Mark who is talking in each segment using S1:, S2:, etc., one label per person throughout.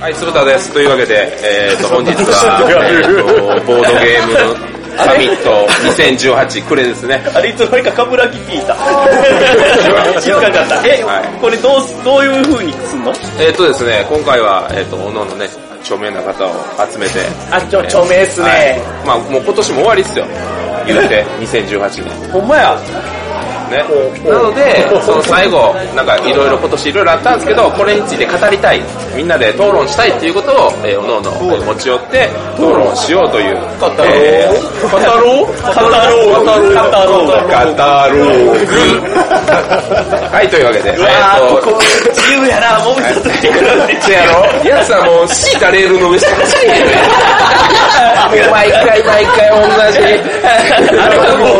S1: はい、鶴田です。というわけで、えー、と本日は、えー、とボードゲームのサミット2018これですね。
S2: あれいつの間にか冠城聞いた。 知らなかった。え、
S1: はい
S2: これどうす、どういう風にすんの
S1: えっ、とですね、今回は、えっ、と、各々ね、著名な方を集めて。
S2: あ、ちょ、著名っすね。
S1: はいまあ、もう今年も終わりっすよ。言うて、2018年。
S2: ほんまや。
S1: ね。なので、その最後、なんかいろいろ今年いろいろあったんですけど、これについて語りたい。みんなで討論したいっていうことを、えー、おのの、えー持ち寄って、討論しようという。語
S2: ろう
S1: 語ろう
S2: 語ろう
S1: 語ろう
S2: 語ろう
S1: はい、というわけで、え
S2: うわ
S1: ー
S2: ー、
S1: と
S2: ここ、自由やな、もみさんとかに比べて。
S1: せやろやつはもう、しいたレールの上しか走 れへんねん毎回毎回同じ。
S2: あれはもう、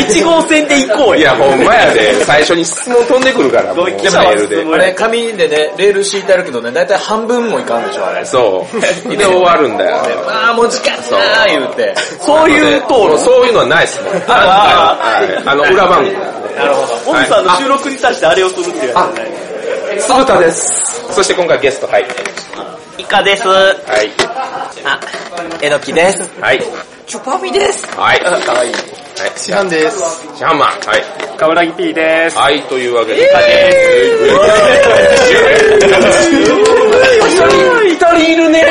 S2: 1号線で行こう
S1: い
S2: や。
S1: や、ほんまやで、最初に質問飛んでくるから、もう、
S2: ごめん記者
S1: メ
S2: は
S1: ールで
S2: 質。問
S3: あれ、紙でね、レール敷いてあるけどね、だいたい半分もいかんでしょ、あれ。
S1: そう。で、終わるんだよ。
S3: あーもう時間
S1: そう
S3: だー言うて。
S2: そういう討
S1: もう
S2: 論。
S1: そういうのはないっすね。
S2: あ
S1: はいあの、裏番組。
S2: なるほど。もみさんの収録に対してあれをするっていうやつじゃない。
S1: 鈴田です。そして今回ゲスト、はい。
S2: イカです。
S1: はい。
S2: あ、えのきです。
S1: はい。
S2: チョパミです。
S1: はい。かわいい。シャンです。シャンマン。はい。
S4: カブラギ P でーす。
S1: はい、というわけで。
S2: 一人いるね。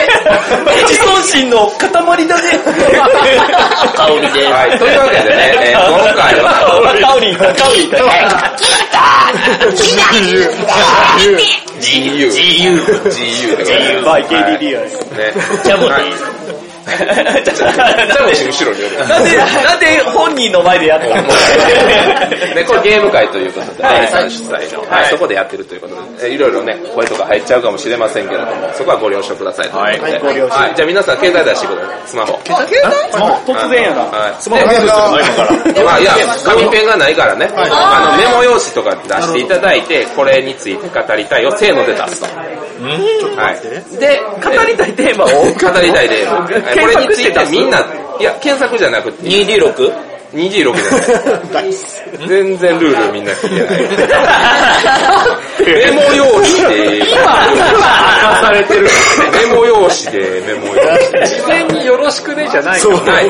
S2: 自尊心の塊だね。
S1: タオルで。はい、というわけでね、えー今回は、
S2: タオリン、タオリン。
S1: GU。GU。GU でございます。
S2: バイ KDDI。
S1: ね。
S2: ジャム
S1: はいジャムシ後ろにおる。
S2: なんで、なんで本人の前でやったの
S1: で、これゲーム会ということで、
S2: はい
S1: さん主催の、
S2: はい
S1: そこでやってるということで、えいろいろね、声とか入っちゃうかもしれませんけれども、そこはご了承くださいということで。
S2: はいご了承
S1: はいじゃあ皆さん携帯出してください、スマホ。
S2: 突然やな。
S1: はい。スマホまあ、いや、紙ペンがないからね、あの、メモ用紙とか出していただいて、これについて語りたいをせーので出すと。はい。で、
S2: 語りたいテーマを。
S1: 語りたいで、これについてみんな、いや、検索じゃなくて、
S2: 2D6?
S1: 26じゃ ない。全然ルールみんな聞いてない。 メモ用紙で、
S2: 今
S1: されてる。メモ用紙で、メモ用紙
S4: 事前によろしくねじゃないそう。
S1: ない。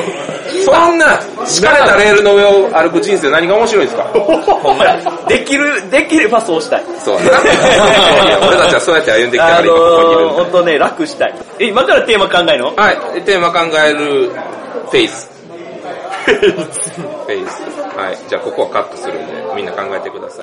S1: そんな、敷かれたレールの上を歩く人生何が面白いんですか
S2: ほんまやできる、できればそうしたい。
S1: そうだな。 いや俺たちはそうやって歩んできたか
S2: あ
S1: ら今ここにい
S2: の
S1: るん
S2: ー、ほんとね、楽したい。え、今からテーマ考えるの
S1: だ。はい、テーマ考えるフェイス。フェイス。はい、じゃあここはカットするんで、みんな考えてください。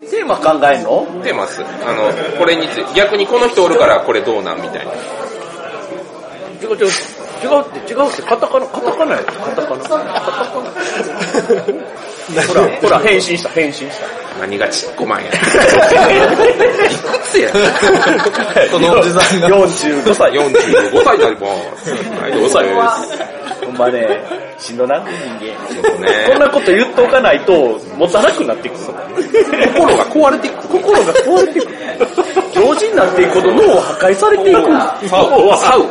S2: テーマ考えるの
S1: 出ます。あの、これについて、逆にこの人おるからこれどうなんみたいな。
S2: 違う違う。違うって、違うって、カタカナ、カタカナやカタカナ。カタカナ。ほら、ほら、変身した、変身した。
S1: 何がちっこまんや。いくつや。
S3: このおじさんが。
S2: 45歳。
S1: 45歳になります。はい、どうぞです。
S2: ほんまね、しんどな、人
S1: そうね
S2: 間。こんなこと言っとかないと、持たなくなっていく。心が壊れていく。心が壊れていく。常人になっていくほど脳を破壊されていく。
S1: サウ。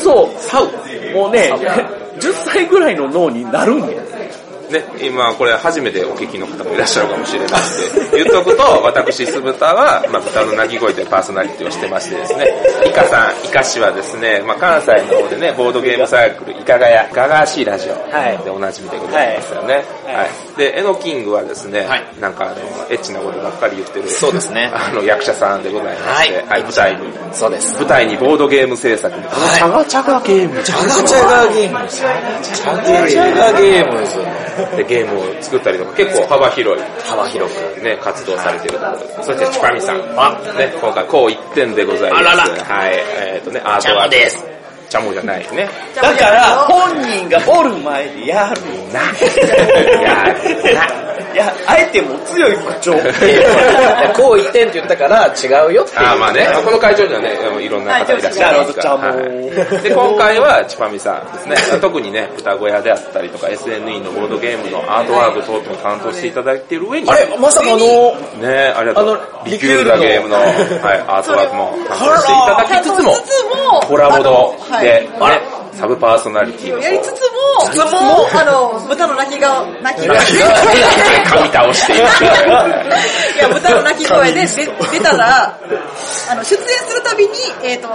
S2: そう、サウ。もうね、10歳ぐらいの脳になるんや。
S1: ね、今これ初めてお聞きの方もいらっしゃるかもしれないんで、言っとくと、私、酢豚は、まあ、豚の鳴き声というパーソナリティをしてましてですね、イカさん、イカ氏はですね、まあ、関西の方でね、ボードゲームサークル、イカガヤ、ガガーシーラジオ
S2: はい
S1: でおなじみでございますよね。はい。
S2: い
S1: で、エノキングはですね、
S3: はい
S1: なんかあの、エッチなことばっかり言ってる、
S3: そうですね
S1: あの、役者さんでございまして、
S3: はい
S1: 舞台に、
S3: そうです。
S1: 舞台にボードゲーム制作に、このチャガチャガゲーム、
S3: チャガチャガゲームです。チャガチャガゲームですよね。
S1: でゲームを作ったりとか結構幅広い、
S3: 幅広く。
S1: ね、活動されてるところでそしてチュパミさん。ね、今回こう一点でございます。
S3: あらら
S1: はい。えっ、とね、アートワーク。です。チャモじゃないね。
S2: だから、本人がおる前でやるな。
S1: やる
S2: いや、あえてもう強い口調。
S3: こう言ってんって言ったから違うよっていう。
S1: あーまあね、この会場にはね、いろんな方いらっしゃいますから。
S2: なるほどチャモ
S1: はいで、今回はチュパミさんですね。特にね、 歌小屋であったりとか、SNE のボードゲームのアートワーク等々を担当していただいている上に、
S3: あれ、まさかあの、
S1: ね、ありがとう
S3: あ。の
S1: リキュールなゲームの、はい、アートワークも担当していただきつつも、コラボドで、ね、サブパーソナリティの
S5: やりつつも、つもあの、豚の泣きが、泣きが。
S1: 噛み倒していく。
S5: いや、豚鳴き 声でで出たら、あの、出演するたびに、えっ、と、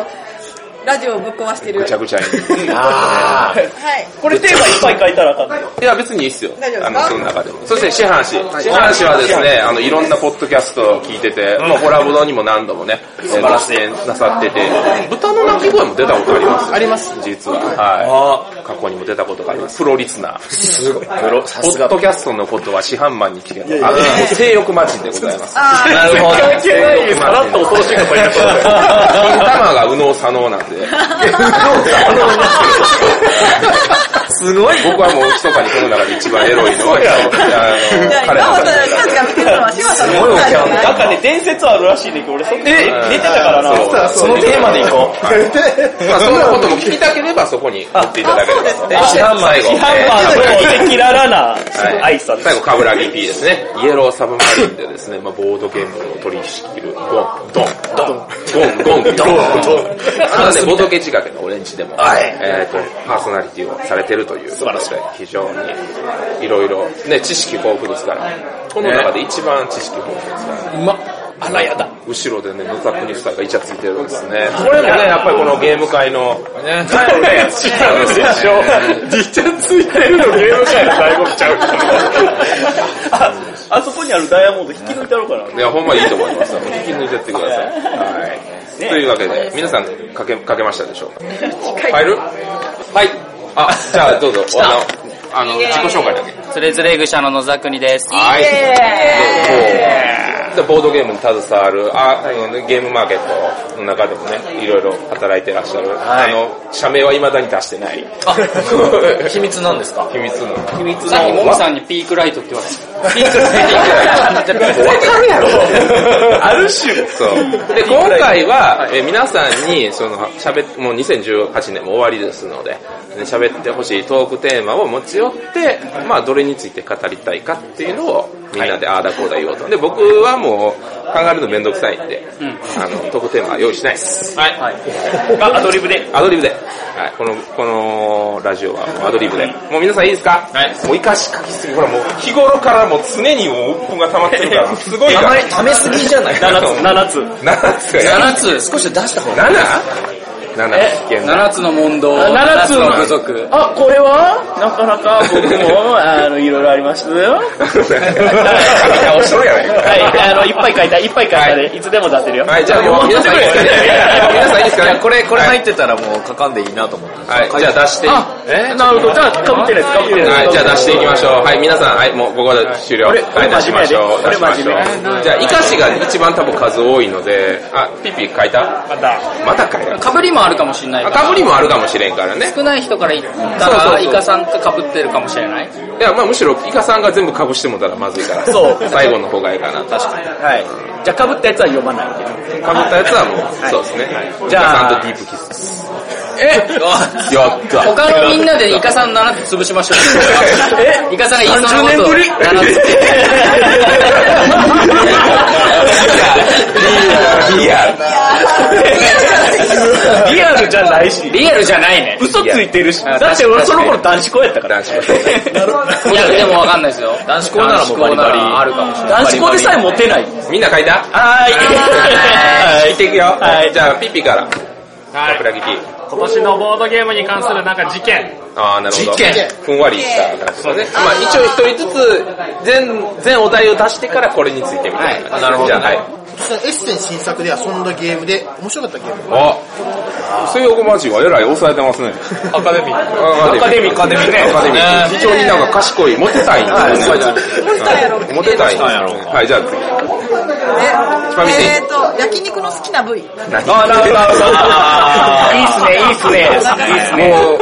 S5: ラジオをぶっ壊してる。
S1: ぐちゃ
S5: は
S1: ぐちゃに。
S3: あー。
S5: い。
S2: これテーマいっぱい書いたらあかんの
S1: いや、別にいいっすよ。
S5: 大丈夫ですか
S1: あの、その中でも。そして、市販市。市販市はですね、あの、いろんなポッドキャストを聞いてて、まあ、コラボのにも何度もね、えーご出演なさってて、豚の鳴き声も出たことあります。あります。実は。はい。過去にも出たことがあります。プロリツナー。
S3: すごい。さ
S1: ポ
S3: す
S1: ッ
S3: が。
S1: ドキャストのことは市販マンに聞けと。あの、性欲魔人でございます。
S5: あー
S3: なるほど。
S2: 関係ないさらっと恐ろしいこと言いました
S1: 金玉が右脳左脳なんで。すごい。僕はもう密かにこの中で一番エロいのは、あの
S5: じゃあ、今
S1: 彼の
S5: は、今ちゃんが見てるのは、シワさんのことなんじゃない
S2: なんかね、伝説あるらしいねんけど、俺そっち寝て
S1: うん
S2: たからな。
S1: そう
S2: あ
S3: そのテーマでいこう。
S1: まあ、そんなことも聞きたければそこに言っていただければと。
S3: あ
S1: 最
S3: そうで
S1: 後。
S2: ハンマーの
S3: すね
S2: 赤裸々な
S1: はい
S2: 挨拶。
S1: 最後、カブラギ P ですね。イエローサブマリンでですね、まあ、ボードゲームを取り仕切る。ゴン、ドン、ドン、ゴン、ゴン、ドン、ドン。あのね、ボードゲ仕掛けのオレンジでも、えっと、パーソナリティをされてるという。素晴らしい。非常に、いろいろ、ね、知識豊富ですから。この中で一番知識豊富ですから。
S3: うまっ。あらやだ。
S1: 後ろでね、野田国夫妻がイチャついてるんですね。これもね、やっぱりこのゲーム会の、
S3: ね
S1: 最後ね、知ったんですよ。
S2: ついてるのゲーム界の醍醐味ちゃうあ、あそこにあるダイヤモンド引き抜いてあるから。
S1: いや、ほんまいいと思います。もう引き抜いてってください。はい。というわけで、皆さん書け、書けましたでしょうか入るはい。あ、じゃあどうぞ。あの、あの自己紹介だけ。
S6: つれづれ愚者の野沢国です。
S1: はい
S5: イエ
S1: でボードゲームに携わる、あ、あのねゲームマーケットの中でもね、いろいろ働いてらっしゃる。あの、社名は未だに出してない。
S3: あ、秘密なんです か
S1: 秘密の。秘密
S6: さっきもみさんにピークライトって言われた。ピークライトって言 われた。
S1: ある種。そう。で、今回は、えー皆さんに、その、喋っもう2018年も終わりですので、ね喋ってほしいトークテーマを持ち寄って、まあ、どれについて語りたいかっていうのを、みんなでああだこうだ言おうと。で、僕はもう、考えるのめんどくさいんで、あの、トークテーマは用意しないです。はい。
S2: あ、アドリブで。
S1: アドリブで。はい。この、このラジオはもうアドリブで。もう皆さんいいですかはい。もう生かしかきすぎ。ほらもう日頃からもう常にもう鬱憤が溜まってるから、 すごいから。
S3: ためすぎじゃない
S2: 7つ、7つ。
S1: 7つかよ。
S6: 7つ。
S3: 少し出した方が
S1: 7?7 危険だ。
S6: 7つの問答。
S2: 7
S6: 7
S2: つ
S6: つ
S2: の
S6: の部族。
S2: あ、これはなかなか僕も、あの、いろいろありましたよ。
S1: 書き直しとるやないか。
S2: はい、あの、いっぱい書いた、いっぱい書いたで、いつでも出せるよ。
S1: はい、じゃあもう皆さんいいですかね皆さんいいですかね
S3: これ、これ入
S1: はい
S3: ってたらもう書かんでいいなと思って。
S1: はい、じゃあ出して。は
S2: えなるほど。じゃあ、かぶってないです、かぶってないです。
S1: い、じゃあ出していきましょう。はい、皆さん、はい、もうここで終了。
S2: あれ
S1: はい、出しましょう。
S2: こ
S1: 出
S2: れ
S1: しま
S2: 真面
S1: し
S2: 目
S1: ょ
S2: やね
S1: う。じゃあ、イカシが一番多分数多いので、あ、ピピ書いた
S2: また。
S1: またかよ。
S6: かぶりもあるかもしれない
S1: あ
S6: から。
S1: かぶりもあるかもしれんからね。
S6: 少ない人から言った
S1: そうそうそ
S6: ら、
S1: う
S6: イカさんとかぶってるかもしれない。
S1: いや、まあむしろ、イカさんが全部かぶしてもたらまずいから。
S2: そう
S1: 最後の方がいいかな。か
S2: はい。じゃあ、かぶったやつは読まない
S1: ぶったやつはもう、そうですね。はいイカさんとディープキス。
S6: え
S1: やった。
S6: 他のみんなでイカさん7つ潰しましょう。イカさんが言いそうなことを7つ。
S1: リアル。
S2: で。リアルじゃないし。
S6: リアルじゃないね。
S2: 嘘ついてるし。
S6: や
S2: だって俺その頃男子校やったから。
S1: 男子校
S6: いや、でもわかんないですよ。男子校
S3: ならもうバリバリ
S6: あるかもしれない。
S2: 男子校でさえモテない。
S1: みんな書いた
S2: は
S1: はい。聞いていくよ。
S2: はい
S1: じゃあ、ピッピから。桜木 P。
S4: 今年のボードゲームに関するなんか事件。
S1: ああ、なるほど。
S3: 実験
S1: ふんわりした感じですね。まあ、一応一人ずつ、全、全お題を出してからこれについてみたいな。なるほど。じゃあ、はい。
S7: エッセン新作で遊んだゲームで、面白かったゲーム。
S1: あ、水曜マジはえらい抑えてますね。アカデミー。アカデミー、アカデミーね。アカデミー。非常になんか賢い、モテたいんですよね。
S5: モテたいやろ
S1: はいモテたいんですよね。はい、じゃあ次。
S5: ー
S1: み
S5: イ
S1: に
S5: えっと、焼肉の好きな部位。
S1: あなる
S2: あーいいっすねいいっすねいいっすね
S1: もう、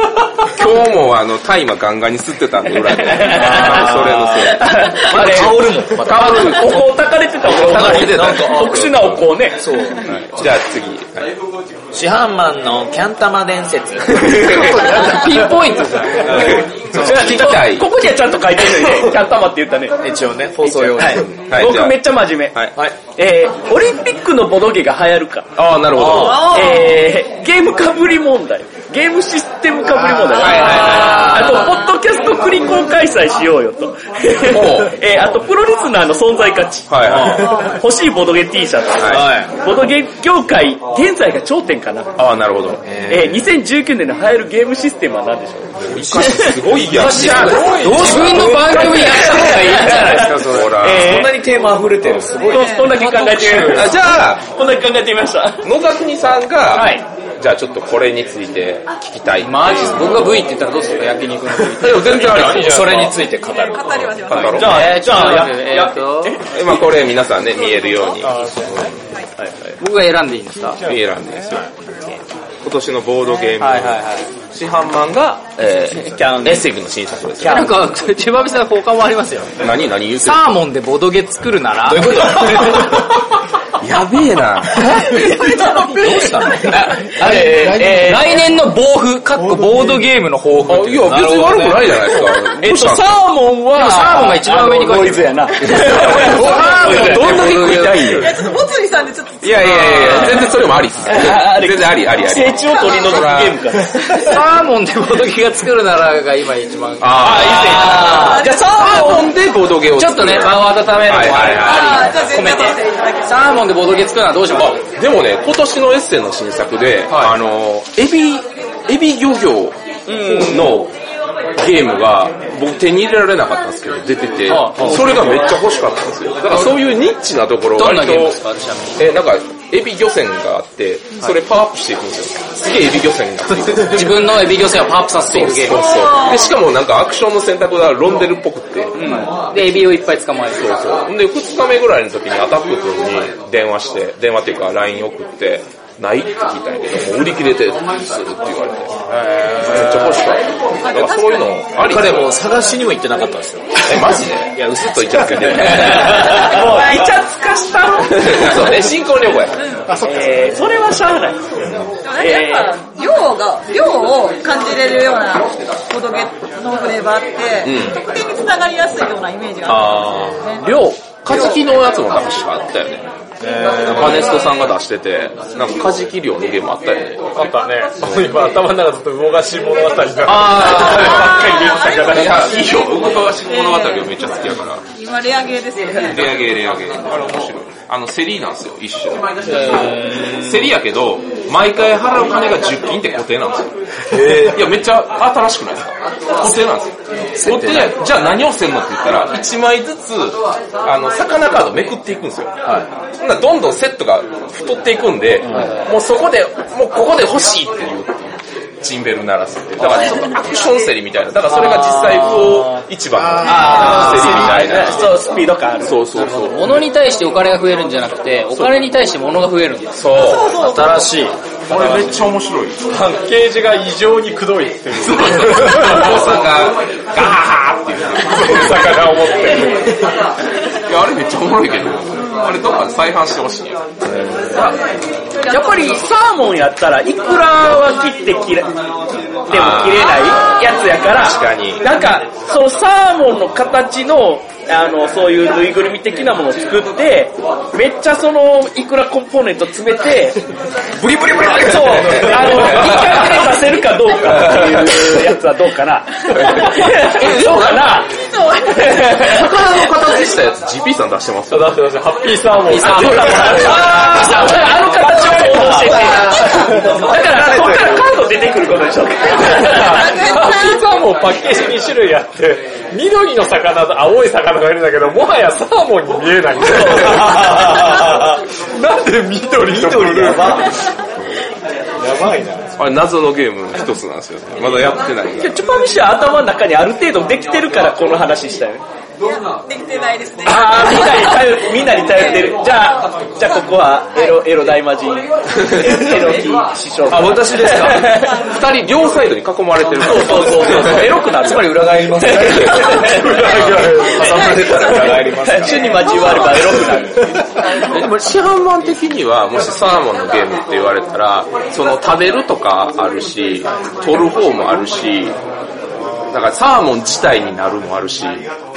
S1: 今日もあの、大麻ガンガンに吸ってたんで、裏で。あーそれのせい。
S3: 香るもん。また。
S1: タオル
S2: い。お香焚かれてた俺
S1: 焚かれてた
S2: 特殊なお香ね。そう。
S1: じゃあ次。はい
S3: 市販マンのキャン玉伝説。
S6: ピンポイントじゃん。
S1: それは聞きたい。
S2: ここにはちゃんと書いてるのにね、キャン玉って言ったね。
S3: 一応ね、放送用に。
S2: はい
S1: はいじゃ
S2: 僕
S1: あ
S2: めっちゃ真面目。
S1: はい。はい。
S2: えー、オリンピックのボドゲが流行るか。
S1: ああ、なるほど。は
S2: えー、ゲームかぶり問題。ゲームシステムかぶり問題。
S1: いはいはい。
S2: あと、ポッドキャスト繰り公開催しようよと。 えー、あと、プロリスナーの存在価値。
S1: はいは
S2: 欲しいボドゲ T シャツ。
S1: はい。
S2: ボドゲ業界、現在が頂点かな。
S1: ああ、なるほど。
S2: えー、2019年の流行るゲームシステムは何でしょう
S1: すごいやん。
S6: 自分の番組やった方がいいんじゃないですか。
S1: ほら。
S2: え
S3: こんなにテーマ溢れてる。すごい。
S2: ー、そんだけ考えてみま
S1: あ
S2: し
S1: じゃあ、
S2: た。こんだけ考えてみました。
S1: 野田国さんが、
S2: はい
S1: じゃあちょっとこれについて聞きたい。
S6: マジっす僕が V って言ったらどうするか焼肉の V。
S1: でも全然ある
S3: それについて語る。
S5: 語りはしま
S1: 語
S5: す。
S1: ろう
S2: じゃ
S6: え
S2: あ、
S6: ー、ち
S2: じ
S6: ょっと
S2: ゃあ、
S6: 待
S2: や
S6: ってえーっと、
S1: 今これ皆さんね、見えるように
S6: 僕が選んでいいんですかはい
S1: 見えるんですよ。今年のボードゲーム、
S6: はいはい。
S1: 市販版が、えー、キャンエッセイ君の新作ですよ。
S6: なんか、千葉美さん他もありますよ。
S1: 何何言うて
S6: サーモンでボドゲ作るなら。どういうこと
S1: るやべえ な。
S6: どうしたのあれ、えー来年の抱負、かっこボードゲームの抱負って
S1: いうや、
S6: の。
S1: 別に悪くないじゃないですか。
S6: えっと、サーモンは、サーモンが一番上に
S2: ノ
S6: 書い
S2: イズ
S6: てる。
S2: やな。
S6: サーモンどんだけ食いたい
S5: いや、ちょっと、もつりさんでちょっと、
S1: いやいやいや、全然それもありっす。
S2: あれ
S1: 全然ありありあり。
S2: 成長を取り除くゲー ムか。
S6: サーモンでボドゲが作るならが今一番。
S1: ああ、
S6: じゃあサーモン
S1: でボードゲームを
S6: ちょっ
S1: 作
S6: と
S1: る
S6: ね、場を温めるのも
S1: はいはいはい
S5: あ
S6: あ
S5: ーじゃあ
S6: り、込
S5: 全
S6: め
S5: 然
S6: て
S5: 出。していただきます。
S6: サーモンでボードゲー作るのはどうしよう
S1: あ、でもね、今年のエッセンの新作で、あの、エビ、エビ漁業のゲームが、僕手に入れられなかったんですけど、出てて
S6: は、い
S1: それがめっちゃ欲しかったんですよ。だからそういうニッチなところ
S6: どんな
S1: 割
S6: ゲ
S1: と
S6: ームですかちなみに
S1: え、なんか、エビ漁船があって、それパワーアップしていくんですよ。すげえエビ漁船がついてる。
S6: 自分のエビ漁船をパワーアップさせていくゲーム。
S1: で、しかもなんかアクションの選択がロンデルっぽくって、
S6: で、エビをいっぱい捕まえて。
S1: そう。で、2日目ぐらいの時にアタック君に電話して、電話っていうか LINE 送って、ないって聞いたんやけど、もう売り切れて、どうするって言われて。めっちゃ欲しかった。だからそういうの、あり
S3: 彼も探しにも行ってなかったんですよ。
S1: え、マジでいや、嘘と言っちゃうけど。もう、
S2: いちゃつかしたろ。
S1: そうね、新婚旅行や。
S2: えー、それはしゃあない。
S5: でもなんかやっぱ、量が、量を感じれるようなボドゲのフレーバーって、得点につながりやすいようなイメージがある。
S1: あー。量、カジキのやつも確かあったよね。マネストさんが出してて、なんかカジキ漁のゲームあったよね。
S4: あったね。今頭の中ずっと動かし物語が。
S1: あ
S4: ばっかり出てたから
S1: いや、いいよ、動かし物語がめっちゃ好きやから。
S5: 今レアゲーですよね。
S1: レアゲーレアゲー。あれ面白い。あの、セリなんですよ、一種。セリやけど、毎回払う金が10金って固定なんですよ。いや、めっちゃ新しくないですか固定なんですよ。固定、じゃあ何をせんのって言ったら、1枚ずつ、あの、魚カードめくっていくんですよ。ほんならどんどんセットが太っていくんで、もうそこで、もうここで欲しいっていうっていう。ジンベル鳴らすっていう。だからちょっとアクションセリみたいな。だからそれが実際、魚市場のセリみたいな。
S2: そう、スピード感ある。
S1: そうそうそう。
S6: 物に対してお金が増えるんじゃなくて、お金に対して物が増えるんです。
S1: そう。
S3: 新しい。
S1: これめっちゃ面白い。
S4: パッケージが異常にくどいっていう。
S1: そう。大阪、ガーっていう。
S4: 魚を持って。
S1: いや、あれめっちゃおもろいけど。あれどっかで再販してほしいよ。
S2: やっぱりサーモンやったら、いくらは切って切れ、切っても切れないやつやから、
S1: 確かに
S2: なんか、そのサーモンの形の、あの、そういうぬいぐるみ的なものを作って、めっちゃその、いくらコンポーネント詰めて、
S1: ブリブリブリブリ
S2: そう、あの、一回目させるかどうかっていうやつはどうか な。え、どうかな
S1: 魚の形したやつ GP さん出してますよ。
S4: だって私、ハッピーサーモン。
S6: あほらほら
S2: ああの形を想像してて、だから、そこからカード出てくることでしょ。
S4: ハッピーサーモンパッケージ2種類あって、緑の魚と青い魚がいるんだけど、もはやサーモンに見え ない。なんで緑とブルーやばいな。
S1: あれ謎のゲームの一つなんですよ。まだやってないから。
S2: チュパミシは頭の中にある程度できてるからこの話したよね。
S5: できてないですね。
S2: ああ、みんなに頼る、みんなに頼ってる。じゃあ、じゃあここはエロ、エロ大魔人、エロキ師匠。
S1: あ、私ですか二人両サイドに囲まれてるから。
S2: そうそうそうそう、エロくなる。つまり裏返ります。裏
S1: 挟まれてたら裏返りますから
S2: 主に交わればエロくなる。
S1: でも市販版的には、もしサーモンのゲームって言われたら、その食べるとかあるし、取る方もあるし、だからサーモン自体になるもあるし、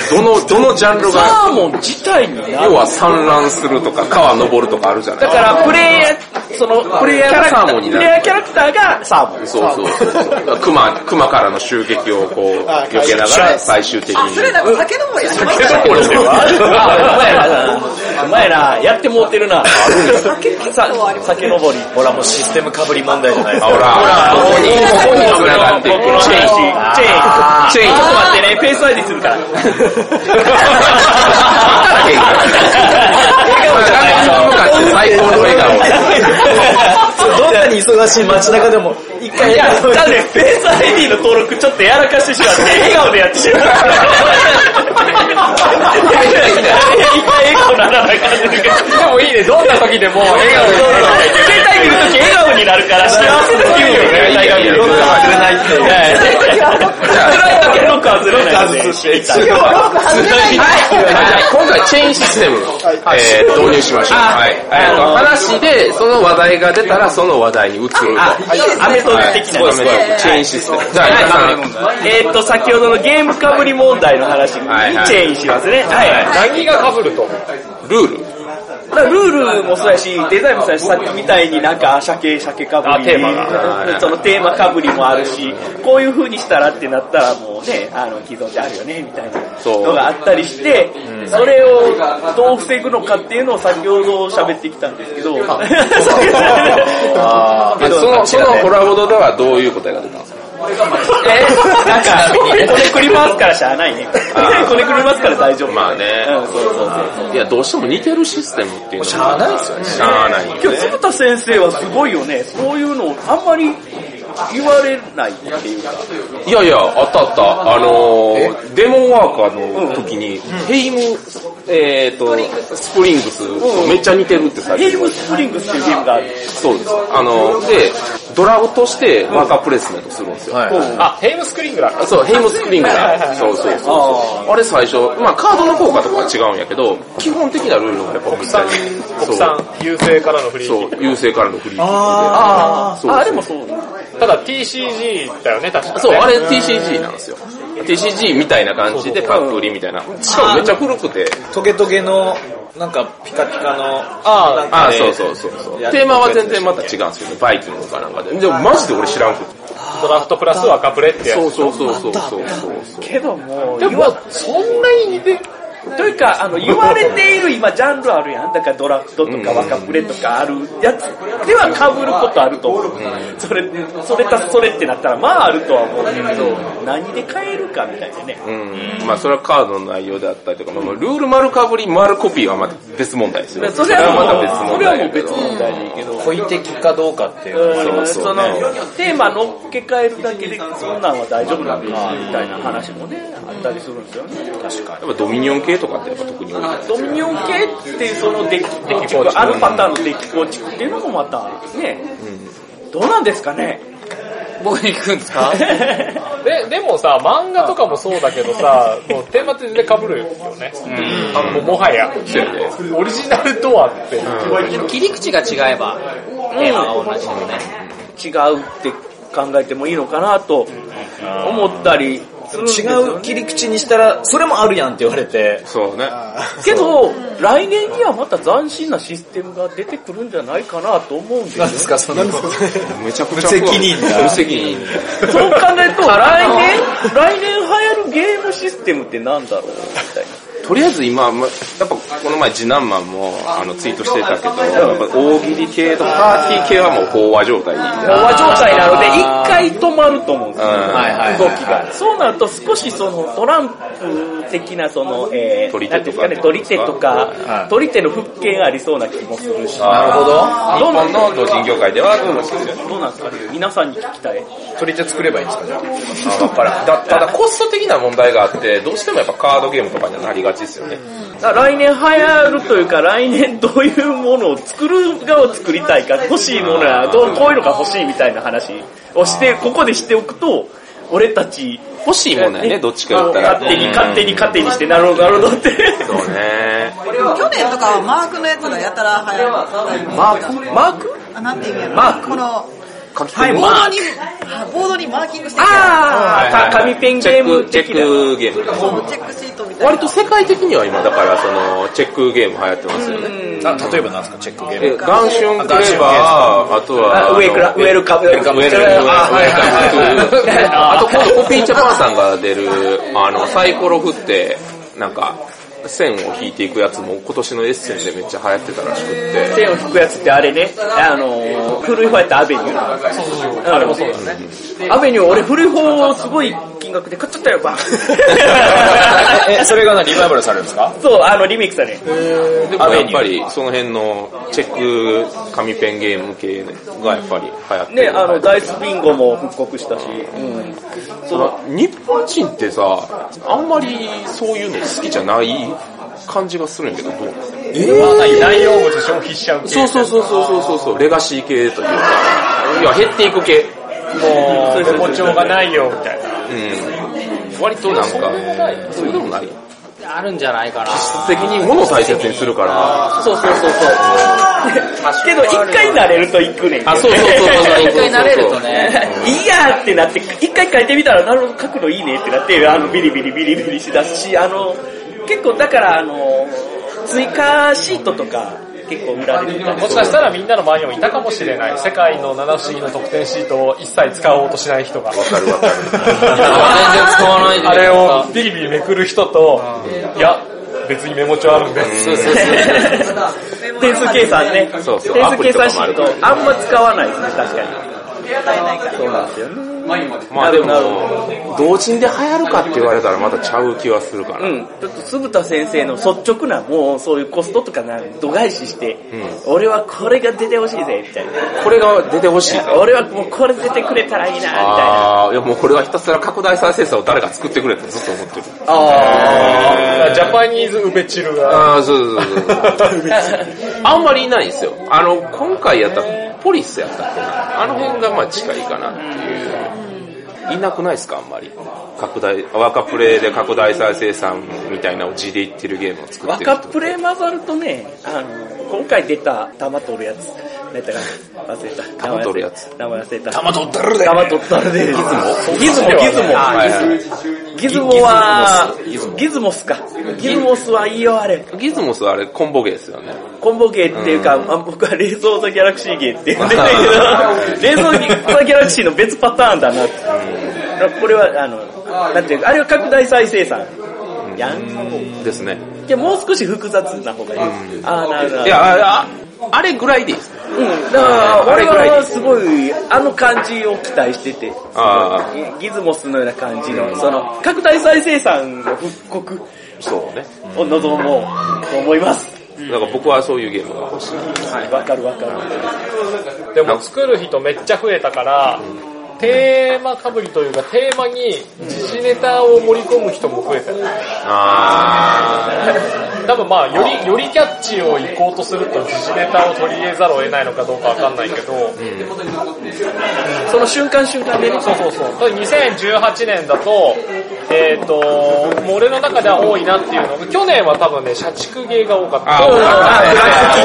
S1: どの、どのジャンルが、
S2: サーモン自体にな
S1: 要は産卵するとか川登るとかあるじゃない
S2: だから、プレイヤー、その、プレイヤーが
S1: サーモンになる
S2: プレイヤーキャラクターがサーモン。
S1: そうそうそうそう。熊、熊からの襲撃をこう、避けながら最終的
S5: あ、それ
S1: に。
S5: なんか酒飲むやりまし
S1: 酒
S5: た
S1: 飲む
S5: ね。
S1: そう
S2: あうまいな。うまいな。やってもうてるな。
S5: 酒結構あります
S2: 酒登り。
S3: ほらもうシステムかぶり問題じゃないです
S1: あ、
S3: か。
S1: ほら、ここに、ここに繋がっていく
S2: 僕のチェインチェイン。
S1: チェイン
S2: ちょっと待ってね、フェイス ID するから。
S1: 向かって最高の笑顔。
S3: どんなに忙しい街中でも、一回
S2: いや、だってフェイス ID の登録ちょっとやらかしてしまって、笑顔でやってしまった。いやいやいや一回笑顔にならなあかんねんけど。
S4: でもいいね、どんな時でも笑顔で。
S2: 携帯見るとき笑顔になるから、幸せな気分よね。
S1: いやいやいや
S2: ロックはずれないって。
S1: い
S2: 辛いだけロックはずれない。
S1: 今回チェインシステム、えー導入しましょう。はい。えーと話で、その話題が出たら、その話題に移ると。
S2: アメトーク的な。
S1: チェインシステム。じゃあ、皆さん、
S2: えーっと、先ほどのゲームかぶり問題の話にチェインしますね。はい。
S4: 何が被ると思う
S1: ルール
S2: だからルールもそうやし、デザインもそうやし、さっきみたいになんか、鮭、鮭かぶり。
S4: あテーマが
S2: うんそのテーマかぶりもあるし、こういう風にしたらってなったらもうね、あの、既存であるよね、みたいな
S1: そう
S2: のがあったりして、それをどう防ぐのかっていうのを先ほど喋ってきたんですけど、
S1: あその、そのコラボドではどういう答えが出たんですか
S2: えな んか、こねくり回すからしゃあないね。
S1: あ
S2: こねくり回すから大丈夫。
S1: まあね
S2: うん、そうそうそう。
S1: いや、どうしても似てるシステムっていうのは。しゃあないですよね。しゃあないよね。
S2: 今日、鶴田先生はすごいよね。そういうのをあんまり言われないっていうか。
S1: いやいや、あったあった。あのー、デモワーカーの時に、ヘイム、えっ、と、スプリングス、めっちゃ似てるってさ
S2: ヘイムスプリングスっていうゲームがある。
S1: そうです。あのー、で、ドラ落としてワーカープレイスメントするんですよ。
S4: あ、ヘイムスクリーングだ。
S1: そう、ヘイムスプリングス。そうそうそうそう。あれ最初、まあカードの効果とかは違うんやけど、基本的なルールがやっぱ国産、
S4: 国産、優勢からのフリーキ
S1: そ
S4: ッ
S1: う、そう、優勢からのフリーキックで。
S2: あ
S1: そう
S2: あ、でもそう。
S4: ク。ただ TCG だよね、確かね
S1: そう、あれ TCG なんですよ。TCG みたいな感じでパック売りみたいな。しかもめっちゃ古くて。
S3: トゲトゲの、なんかピカピカの、
S4: あ
S1: あ、そうそうそうそう。テーマは全然また違うんですけど、バイキングかなんかで。でもマジで俺知らんくて。
S4: あ、ドラフトプラス若プレってやつ。
S1: そうそうそうそうそうそう。
S2: けども、
S4: でも、そんなに似て、
S2: というか、あの、言われている今、ジャンルあるやん。だから、ドラフトとか、若プレとかあるやつでは被ることあると思う。それ、それたそれってなったら、まああるとは思うけど、何で変えるかみたいなね。
S1: うん。まあそれはカードの内容であったりとか、まあルール丸かぶり、丸コピーはまた別問題ですよ。
S2: それはもう
S1: また別問題だけど。
S2: それはもう別問題だけど
S3: 故意的かどうかっていう。
S2: うん
S1: そうそ
S2: そう
S1: ね
S2: のテーマ乗っけ替えるだけでそんなんは大丈夫なのかみたいな話もねあったりするんですよね確か
S1: やっぱドミニオン系とかってやっぱ特に多いじゃない
S2: ドミニオン系っていうそのデッキ構築あるパターンのデッキ構築っていうのもまたね、どうなんですかね
S6: 僕に行くんで すか
S4: で、でもさ、漫画とかもそうだけどさ、もうテーマって全然被るよね。あのもうもはや。オリジナルとはって。
S6: 切り口が違えば、テーマは同じのね。
S2: 違うって考えてもいいのかなと思ったりするんですよね
S3: 違う切り口にしたら、それもあるやんって言われて。
S1: そうね。
S2: けど来年にはまた斬新なシステムが出てくるんじゃないかなと思うんですよ
S3: 何ですか、その。
S1: めちゃくちゃ。
S3: 無責任だ
S1: 無責任だ。
S2: そう考えると、来年、来年流行るゲームシステムってなんだろうみたいな。
S1: とりあえず今、まやっぱこの前次男マンもあのツイートしてたけど、やっぱ大喜利系とパーティー系はもう飽和状態に。
S2: 飽和状態なので、一回止まると思うんですよ。
S1: はいはい
S2: 動きが。そうなると少しそのトランプ的なその、えー、
S1: 取り手
S2: なんてい
S1: と
S2: う
S1: か
S2: かね、取り手とか
S3: は、い
S2: 取り手の復権ありそうな気もするし。
S1: なるほど。
S2: どうなん
S1: 日本の同人業界では、だ
S2: どうなんですかね皆さんに聞きたい。
S3: 取り手作ればいいんですか、じゃあ。
S1: から、だただコスト的な問題があって、どうしてもやっぱカードゲームとかにはなりがちですよね。
S2: だから来年流行るというか、来年どういうものを作る側を作りたいか、欲しいものや、どうこういうのが欲しいみたいな話をして、ここでしておくと、俺たち、
S1: 欲しいものやね、どっちか言ったら。
S2: 勝手に勝手に勝手にして、なるほどなるほどって。
S1: そうね。
S5: 去年とかはマークのやつがやたら流行ってた。
S2: マークマーク
S5: あ、なんていう意味やろ
S2: マーク
S5: この、
S1: 書き
S5: ボー
S1: 込む
S5: ドに、あボードにマーキングしていく
S2: あ
S1: はい
S2: ー、
S1: はい
S2: か紙ペンゲーム
S1: チェック、チ
S2: 的
S1: ェ
S2: な。
S1: ックゲーム。
S5: チェックシートみたい
S1: 割
S5: な。
S1: と世界的には今だからそのチェックゲーム流行ってますよね。
S3: あ例えばなんですか、チェックゲーム。
S1: えガンシオンクレバー、あとは、
S2: あウェイクラウェルカム
S1: ウェルカム、ウェルカム、ウェルカムあと今度コピージャパンさんが出る、あの、サイコロ振って、なんか、線を引いていくやつも今年のエッセンでめっちゃ流行ってたらしくって。
S2: 線を引くやつってあれね、あのー、古い方やったらアベニュー。そうそうそう。あれもそうだね。アベニュー、俺古い方をすごい金額で買っちゃったよ、バン
S3: え、それがリバイバルされるんですか
S2: そう、あの、リメイクされる。
S1: でもやっぱりその辺のチェック紙ペンゲーム系がやっぱり流行って
S2: ね、
S1: る。
S2: あの、ダイスビンゴも復刻したし、うん。その、
S1: 日本人ってさ、あんまりそういうの好きじゃない感じがするんやけど、どうなんですか
S4: 内容物消費しちゃう系
S1: そうそうそうそうそうそうそう、レガシー系というか、いや、減っていく系。
S4: もう、メモ帳がないよ、みたいな。
S1: うん。割となんか、そういうのもない。
S6: あるんじゃないか な。
S1: 質的に物を大切にするから。
S2: そうそうそうそう。 けど、一回慣れると行くねん。
S1: あ、そうそうそうそうそう。
S6: 一回慣れるとね。
S2: いいやーってなって、一回書いてみたら、なるほど、書くのいいねってなって、あの、ビリビリビリビリしだすし、あの、結構だから、あの、追加シートとか、結構売られてたり
S4: もしかしたらみんなの前にもいたかもしれない。世界の七不思議の得点シートを一切使おうとしない人が。
S1: わかるわかる。
S6: あ全然使わないで。
S4: あれをビリビリめくる人と、いや、別にメモ帳あるんで。
S2: 点数計算ね。
S1: そうそう
S2: 点数計算シー
S1: アプリとかもある
S2: ト、あんま使わないですね、確かに。そうなんですよね。
S1: まあでも、同人で流行るかって言われたらまたちゃう気はするか
S2: う
S1: ら。
S2: ん、ちょっと鈴田先生の率直な、もうそういうコストとかなん度外視して、
S1: う
S2: 俺はこれが出てほしいぜ、みたいな。
S1: これが出てほし い。
S2: 俺はもうこれ出てくれたらいいな、みたいな。
S1: ああ、いやもうこれはひたすら拡大再生産を誰か作ってくれってずっと思ってる。
S4: ジャパニーズウベチルが。
S1: ああ、そうそうそうそう。あんまりいないんですよ。あの、今回やった、ポリスやったっけな。あの辺がまあ近いかなっていう。いなくないですか、あんまり。拡大、若プレイで拡大再生産みたいなのを字で言ってるゲームを作ってる
S2: 若
S1: 人。
S2: プレ混ざるとね、あの、今回出た玉取るやつ、何やったかな忘れた。
S1: 玉取るやつ
S2: 名前忘れた。
S3: 玉取ったるで
S2: 玉取ったるで。ギズモギズモ、ギズモ。
S1: はいはい
S2: ギズモは、ギズモスか。ギズモスはいいよ、あれ。
S1: ギズモスはあれ、コンボゲーですよね。
S2: コンボゲーっていうか、あ僕は冷蔵ザギャラクシーゲーって言ってたけ
S1: うん
S2: ど、冷蔵ザギャラクシーの別パターンだなって。これは、あの、なんていうか、あれは拡大再生産。やん。
S1: ですね。
S2: いや、もう少し複雑な方がいい。ああ、なるほど。
S1: いや、あああれぐらいでいいです。
S2: うん、だから、俺はすごい、あの感じを期待してて、
S1: あ
S2: ギズモスのような感じの、その、拡大再生産の復刻
S1: あ、そうね。
S2: を望もうと思います。
S1: だから僕はそういうゲームが欲しい。
S2: はい、わかるわかる。
S4: でも作る人めっちゃ増えたから、テーマかぶりというか、テーマに時事ネタを盛り込む人も増えたよ。
S1: あ
S4: 多分まあ、より、よりキャッチを行こうとすると時事ネタを取り入れざるを得ないのかどうかわかんないけど、
S2: その瞬間瞬間でね、そうそうそう。
S4: ただ2018年だと、えっ、と、もう俺の中では多いなっていうのが、去年は多分ね、社畜芸が多かった。
S1: あ多かったね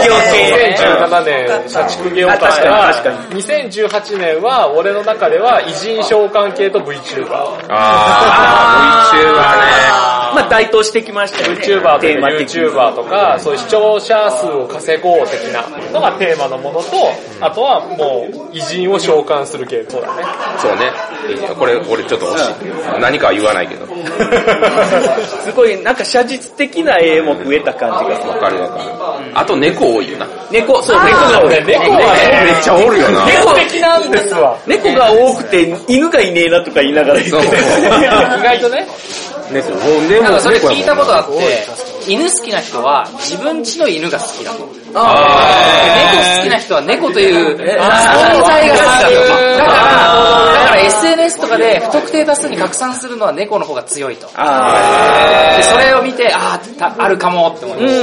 S2: 企業系
S4: 2017年、社畜芸多かった
S2: あ確かに確
S4: 2018年は俺の中では偉人召喚系と VTuber。
S1: あ、ああ、VTuber ね。
S2: まあ、台頭してきましたよね。
S4: VTuber と
S2: テー
S4: か
S2: マ的に
S4: YouTuber とか、そういう視聴者数を稼ごう的なのがテーマのものと、あとはもう偉人を召喚する系そうだね。
S1: そうね。これ、俺ちょっと惜しい。何かは言わないけど。
S2: すごい、なんか写実的な絵も増えた感じがする。
S1: わかるわかる。あと猫多いよな。
S2: 猫、そう、猫が多い。
S4: 猫はね、
S1: めっちゃおるよな。
S2: 猫
S4: 的なんですわ。
S2: 猫が多くて、犬がいねえなとか言いながら言ってた
S4: 意外とね。
S1: 猫。もうで
S6: なん
S1: も
S6: かそれ
S1: 猫
S6: 聞いたことあって、犬好きな人は自分家の犬が好きだと。猫好きな人は猫という存在が好きだと。だから、だから SNS とかで不特定多数に拡散するのは猫の方が強いと。でそれを見て、あーたあるかもって思いまし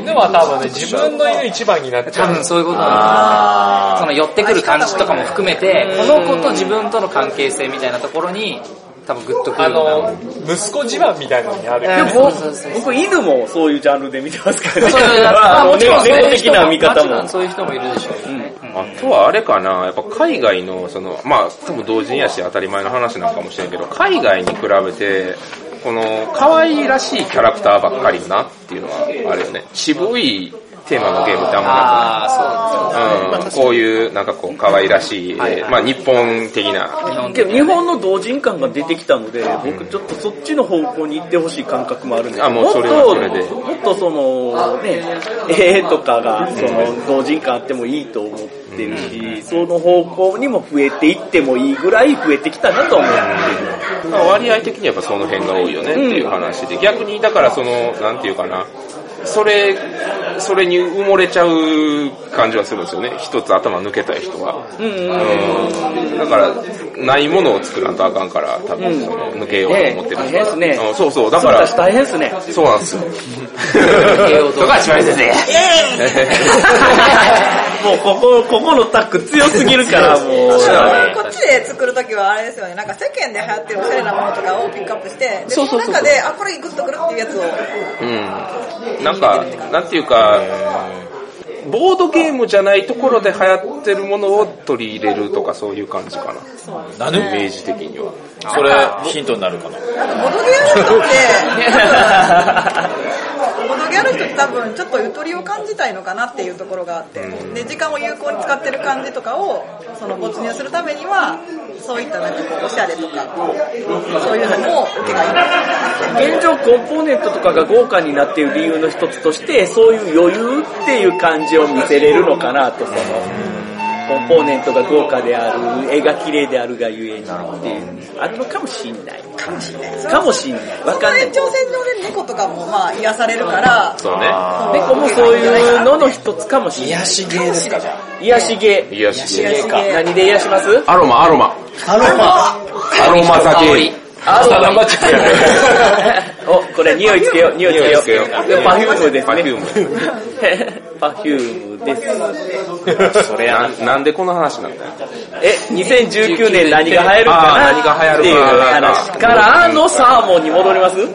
S4: 犬は多分ね、自分の犬一番になっち
S6: た。多
S4: ゃう。
S6: 分そういうことなんですよその寄ってくる感じとかも含めて、この子と自分との関係性みたいなところに多分グッとく
S4: あ
S6: るような。
S4: の、息子自慢みたいなのにあるよね
S2: でも
S6: そうそうそう、
S2: 僕、犬もそういうジャンルで見てますからね。
S6: そういう
S2: まあ
S6: あもちろんそう
S2: 猫
S6: いう
S2: 的
S6: 人
S2: な
S6: も
S2: 見方
S6: もちろん
S2: も。
S6: そういう人もいるでしょうね。
S1: あとはあれかな、やっぱ海外の、その、まあ、多分同人やし当たり前の話なんかもしれんけど、海外に比べて、この、可愛らしいキャラクターばっかりなっていうのはあるよね。渋いテーマのゲームってあんまなくない
S6: ああ、
S1: うんこういう、なんかこう、可愛らしい、まあ日本的な、
S2: けど日本の同人感が出てきたので、僕ちょっとそっちの方向に行ってほしい感覚もあるんで
S1: あもうそれは
S2: もっと
S1: それで
S2: もっとその、ね、絵とかが、その、同人感あってもいいと思ってるし、その方向にも増えていってもいいぐらい増えてきたなと思う。
S1: まあ割合的にやっぱその辺が多いよねっていう話で、逆にだからその、なんていうかな、それ、それに埋もれちゃう感じはするんですよね。一つ頭抜けたい人は。うんだから、ないものを作らんとあかんから、多分その、抜けようと思ってる。
S2: ねえ大変ですね
S1: うんそうそう、だ
S2: そ
S1: か
S2: うだ
S1: ら
S2: し、大変で すね。
S1: そうなんですよ。
S6: け ようと
S1: とか、島根先生。
S2: もうここ、ここのタック強すぎるから、もう。
S5: こっちで作るときはあれですよね、なんか世間で流行ってるおしゃれなものとかをピックアップして、で、その中で、あ、これグッとくるっていうやつを。
S1: うん。なんか、なんていうか、ボードゲームじゃないところで流行ってるものを取り入れるとかそういう感じかな。イメージ的には。
S3: それ、ヒントになるかな。
S5: なんかボドゲやる人って、ボドゲやる人って多分ちょっとゆとりを感じたいのかなっていうところがあって、で、時間を有効に使ってる感じとかを、その没入するためには、そういったなんかこう、おしゃれとか、そういうのも受けがいい。
S2: 現状コンポーネントとかが豪華になっている理由の一つとして、そういう余裕っていう感じを見せれるのかなと、その、コンポーネントが豪華である、絵が綺麗であるがゆえにっていう、あるのかもしんない。
S5: かもしれない。
S2: かもしんない。わ
S5: その
S2: かんない
S5: 延。長線上で猫とかもまあ癒されるから、
S1: そうね。
S2: 猫もそういうのの一つかもしんない。
S3: 癒しゲーですか、じゃ
S2: 癒し芸。
S1: 癒やし
S5: 癒
S1: 系。
S5: し系
S2: 何で癒します
S1: アロマ、アロマ。
S3: あ。
S1: アロマ酒。
S2: あ
S6: ただマジ
S2: で。お、これ匂いつけよう、匂いつけよう。でパフュームです
S1: パフ
S2: ね。
S1: ューム。
S2: パフュームです。
S1: それや。なんでこの話なんだよ。
S2: え、2019年何が流行るか
S1: あ
S2: な
S1: ー何が流行るかな
S2: っていう話からのサーモンに戻ります
S6: サー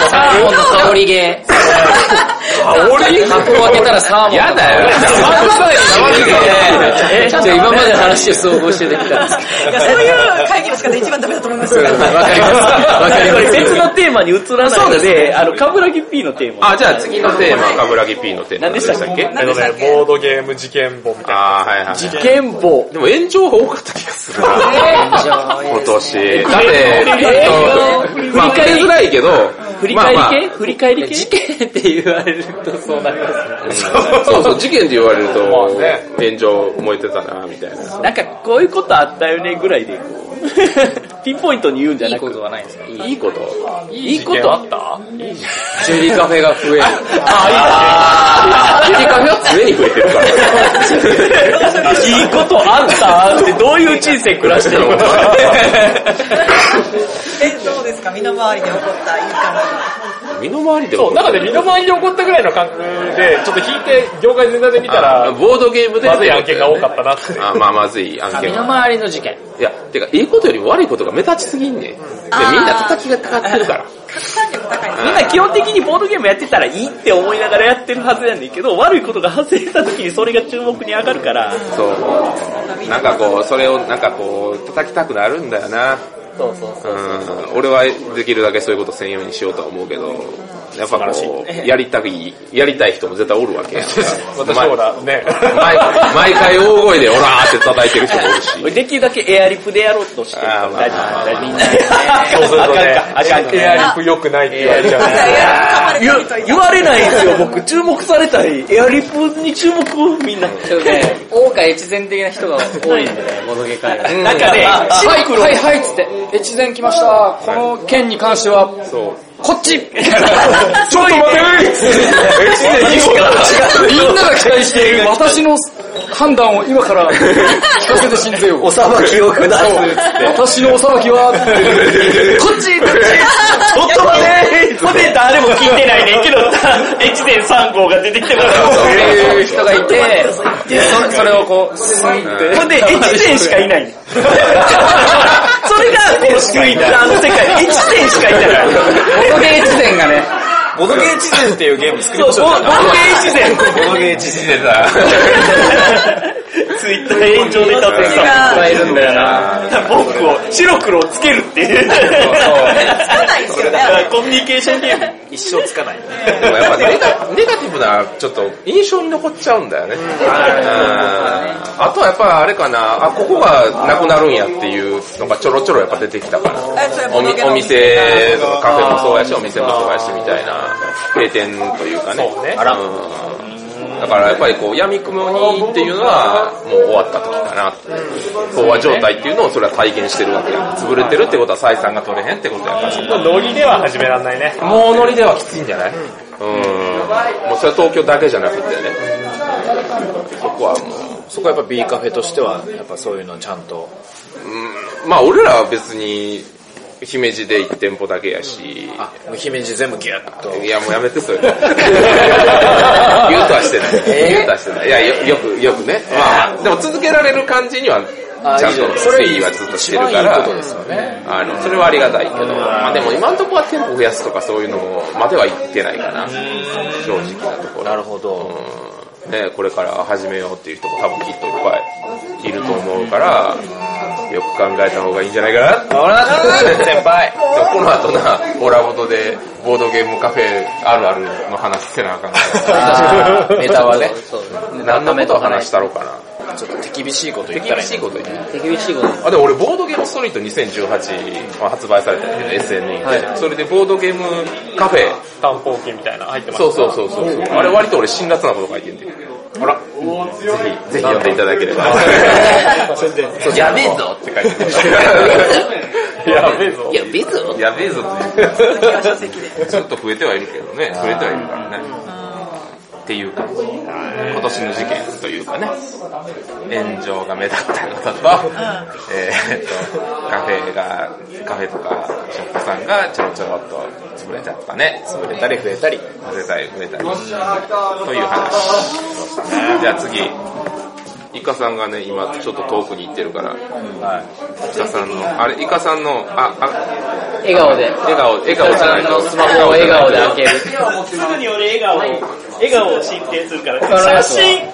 S6: モン、サーモンの香りゲー。香り箱を開けたらサーモン。
S1: やだよ
S6: 黙
S2: え
S6: え、ちょっと今までの話を総合してできたんです
S5: いやそういう会議の仕方一番ダメだと思いますよ。
S6: けど。わかります。わかり
S2: こ
S6: ま
S2: れ
S6: す。
S2: 別のテーマに移らないので、あの、カブラギ P のテーマ。
S1: あ、じゃあ次のテーマ、カブラギ P のテーマ。
S2: 何でしたっけ
S4: あのね、ボードゲーム事件簿みたいな。
S1: あー、はいはい。
S2: 剣法。
S1: でも炎上が多かった気がするな。今年。だって、
S2: えー
S1: まあ、振り返りづらいけど、
S2: 振り返
S1: まあま
S2: り
S1: あ
S2: 系振り返り系
S6: 事件って言われるとそうなりますね。
S1: そうそう、事件で言われると
S4: まあね、
S1: 炎上燃えてたな、みたいな。
S2: なんかこういうことあったよねぐらいでこうピンポイントに言うんじゃ
S6: いい
S2: な
S6: こ
S2: く
S6: とはないんですか
S1: いいこと
S6: いいこ
S4: 事件
S6: と
S4: あ
S6: あ
S4: っ
S6: ったジェリーカフェが増える。あー、いいジェリーカフェは
S1: 常に増えてるから。
S2: いいことあったってどういう人生暮らしてるの
S5: え、どうですか身の回りで起こったいい感
S1: 身の回りで
S4: そう、なんか
S1: で
S4: ね、身の回りに起こったぐらいの感覚で、ちょっと引いて、業界全体で見たら、
S1: ボードゲームで。
S4: まずい案件が多かったなって。
S1: あまあまずい案
S6: 身
S1: 件
S6: の
S1: は。
S6: 回りの事件。
S1: いや、てか、いいことより悪いことが目立ちすぎんね。で、みんな叩きがかかってるから。
S5: じが高い。
S2: みんな基本的にボードゲームやってたらいいって思いながらやってるはずやねんけど、悪いことが発生した時にそれが注目に上がるから、
S1: そう。なんかこう、それをなんかこう、叩きたくなるんだよな。
S4: そうそうそう。
S1: うん。俺はできるだけそういうこと専用にしようとは思うけど、やっぱこう、やりたい、やりたい人も絶対おるわけやんか
S4: 私ほら、 ね。
S1: 毎毎回大声でオラーって叩いてる人もいるし。
S2: できるだけエアリプでやろうとしてる
S1: あーまあ
S2: 大丈夫、大丈夫。
S4: そうすると
S2: あかん
S4: ね
S2: か、あかんか
S4: エアリップ良くないって言われちゃうね。
S5: 言わ
S2: 言われないんですよ、僕。注目されたい。エアリプに注目をみんな。
S6: ちょっと ね、大岡越前的な人が多いんでね、ボドゲ界は。
S2: なんかね、
S8: はい、はい、はい、つって、越前来ました。この件に関しては、
S1: そう。
S8: こっ ちみ
S2: ちょっと待
S8: んなが期待している私の判断を今から聞かせてしんぜよ。お裁きをください。私のお裁きは、こっちこ
S2: ちょっと待てこれ誰も聞いてないねんけど、越前3号が出てきてます
S6: そういう人がいて、でそれそれをこう、
S2: ほんで、越前しかいないねん。それが、このスイッターの世界、一点しかいたから。
S6: ボトゲ越前がね、
S3: ボドゲー地点っていうゲーム作り
S2: そう、
S3: ましょう
S2: ボボ
S3: よ。
S2: ードゲー事前。
S3: ボドゲー地点。
S1: でさ、
S2: ツイッター炎上でたって
S5: が
S2: さ、
S6: いるんだよな。
S2: 僕を白黒をつけるっていう。
S5: つかないですよね。
S2: コミュニケーションゲーム。
S3: 一生つかない。
S1: でもやっぱネガネガティブな、ちょっと印象に残っちゃうんだよね。うんあとはやっぱあれかな、あ、ここがなくなるんやっていうのがちょろちょろやっぱ出てきたから。
S5: えそれ
S1: お
S5: ボ
S1: み
S5: ドゲ
S1: お
S5: の
S1: 店とかカフェもそうやし、お店もそうやしみたいな、閉店というかね。
S4: そうね
S1: あらうんだからやっぱりこう、闇雲にっていうのは、もう終わった時かなって。飽和状態っていうのをそれは体現してるわけや。潰れてるってことは採算が取れへんってことやから。
S4: ノリでは始めらんないね。
S1: もうノリではきついんじゃないうん。もうそれは東京だけじゃなくてね。そこはも
S3: そこはやっぱ B カフェとしては、やっぱそういうのちゃんと。
S1: う、うん、まあ俺らは別に、姫路で1店舗だけやし、
S3: あ、もう姫路全部ギュッと。
S1: いやもうやめてそ れ。言うとはしてない。言うとはしてない。いやよ、よく、よくね。まあ、でも続けられる感じには、
S3: あ
S1: ちゃん
S3: いいじゃな
S1: と
S3: いそれ
S1: 推移はずっとしてるか
S3: 一番いい
S1: ら
S3: こと、ですよね。
S1: あの、それはありがたいけど、まあでも今のところは店舗増やすとかそういうのまではいってないかな。正直なところ。
S3: なるほ ど。
S1: うんね、これから始めようっていう人も多分きっといっぱいいると思うから、よく考えた方がいいんじゃないかな。
S3: ほら、先輩。
S1: でもこの後な、ボラボトでボードゲームカフェあるあるの話せなあかん か
S3: あーネタはね、
S1: ら。何のことを話したろうかな。
S3: ちょっと手厳しいこと言った
S1: 厳
S3: らいい
S1: しいこと言う。
S6: 手厳しいこと。
S1: あ、でも俺、ボードゲームストリート2018、まあ、発売されたんだけど、SNE で、それでボードゲームカフェ、
S4: 単方形みたいなの入ってます。
S1: そうそうそうそうそう。あれ割と俺辛辣なこと書いてんで。ほら、ぜひ、ぜひ読んでいただけれ ば。やべえぞって書いてる。
S4: やべえぞ
S6: い。や、ビズを
S1: やべえぞ って。ちょっと増えてはいるけどね。増えてはいるからね。っていうか、今年の事件というかね、炎上が目立ったことと、えーっと、カフェが、カフェとかショップさんがちょろちょろっと潰れちゃったね。潰れたり増えたり。増えたり増えたり。という話。じゃあ次、イカさんがね、今ちょっと遠くに行ってるから、イカさんの、あれ、イカさんの、あ、あ、
S6: 笑顔で。
S1: 笑顔、笑顔じゃない
S6: あのスマホを笑顔で開ける。
S2: すぐに俺笑顔を、笑顔を進展するから、
S6: のや
S2: 写
S6: つは
S2: 真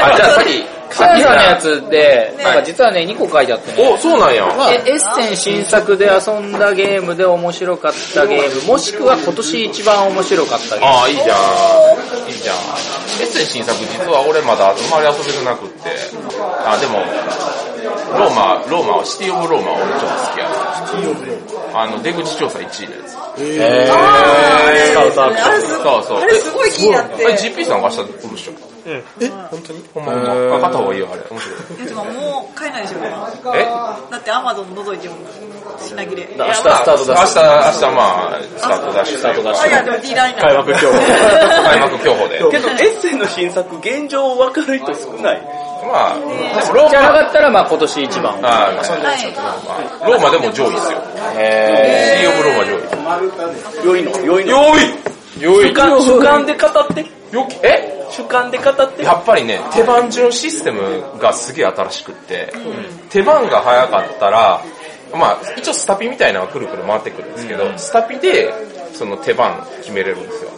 S1: あ、じゃあさっき、
S6: シャーさんのやつで、なんか実はね、2個書いてあってね。
S1: お、そうなんや。
S6: えエッセン新作で遊んだゲームで面白かったゲーム、もしくは今年一番面白かったゲーム。
S1: ああ、いいじゃん。いいじゃん。エッセン新作、実は俺まだあんまり遊べてなくって。あ、でも、ローマ、ローマは、シティオブローマは俺ちょっと好きやな。あの、出口調査1位のやつ。
S5: あ
S1: スカウトアクション
S5: れす
S1: そうそう
S5: あれすごい気になって
S1: え、。GP さんが明日来るっしょ。うん。え、本当にほんまほんま。あ買った方がいいよ、あれ。面白い。
S5: いやでももう買えないでしょ。だ
S1: え
S5: ってアマゾン覗いても品切れ。
S1: 明日
S5: あ、
S1: スタートだ明日、明日まあ、スタートダッシュ。スタートダッ
S5: いやでも D ライナー。
S4: 開幕今日。
S1: 開幕競歩で。
S2: けど、エッセンの新作、現状分かる人少ない。
S1: まあ、でもロー
S6: じゃな
S1: マ、
S6: かったら、まあ今年一番。
S1: あーま
S5: はい。
S1: あローマでも上位ですよ。へー。シティオブローマ上位。
S2: 良いの、良いの。
S1: よいよ
S2: 主観、主観で語って。
S1: よきえ
S2: 主観で語って。
S1: やっぱりね、手番順システムがすげえ新しくって、手番が早かったら、まあ一応スタピみたいなのがくるくる回ってくるんですけど、スタピでその手番決めれるんですよ。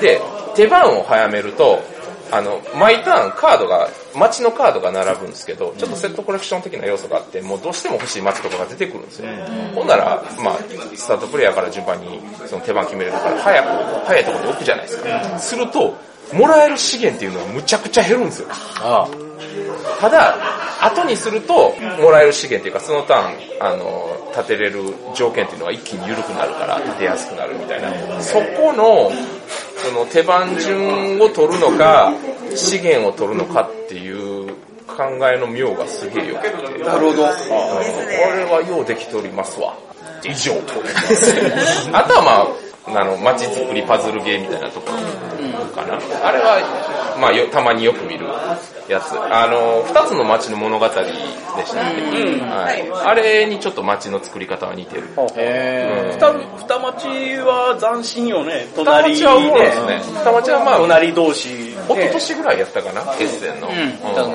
S1: で、手番を早めると、あの、毎ターンカードが、街のカードが並ぶんですけど、ちょっとセットコレクション的な要素があって、もうどうしても欲しい街とかが出てくるんですよ。ほんなら、まあ、スタートプレイヤーから順番にその手番決めれるから、早く、早いところに置くじゃないですか。すると、もらえる資源っていうのはむちゃくちゃ減るんですよ。ただ、後にすると、もらえる資源というか、そのターン、あの、立てれる条件というのが一気に緩くなるから、立てやすくなるみたいな。そこの、その手番順を取るのか、資源を取るのかっていう考えの妙がすげえよくて。なるほど。これはようできておりますわ。以上。あとはまあ、あの、街づくりパズルゲーみたいなところかな。あれは、まあよ、たまによく見るやつ。あの、二つの街の物語でしたね。はい。あれにちょっと街の作り方は似てる。
S2: 二、二町は斬新よね。
S1: 二
S2: 隣
S1: 町
S2: で。
S1: はおもろいですね。二町はまあ、
S2: 隣同士。
S1: おととしぐらいやったかな、決戦の。
S6: う
S1: うん
S6: ん。だか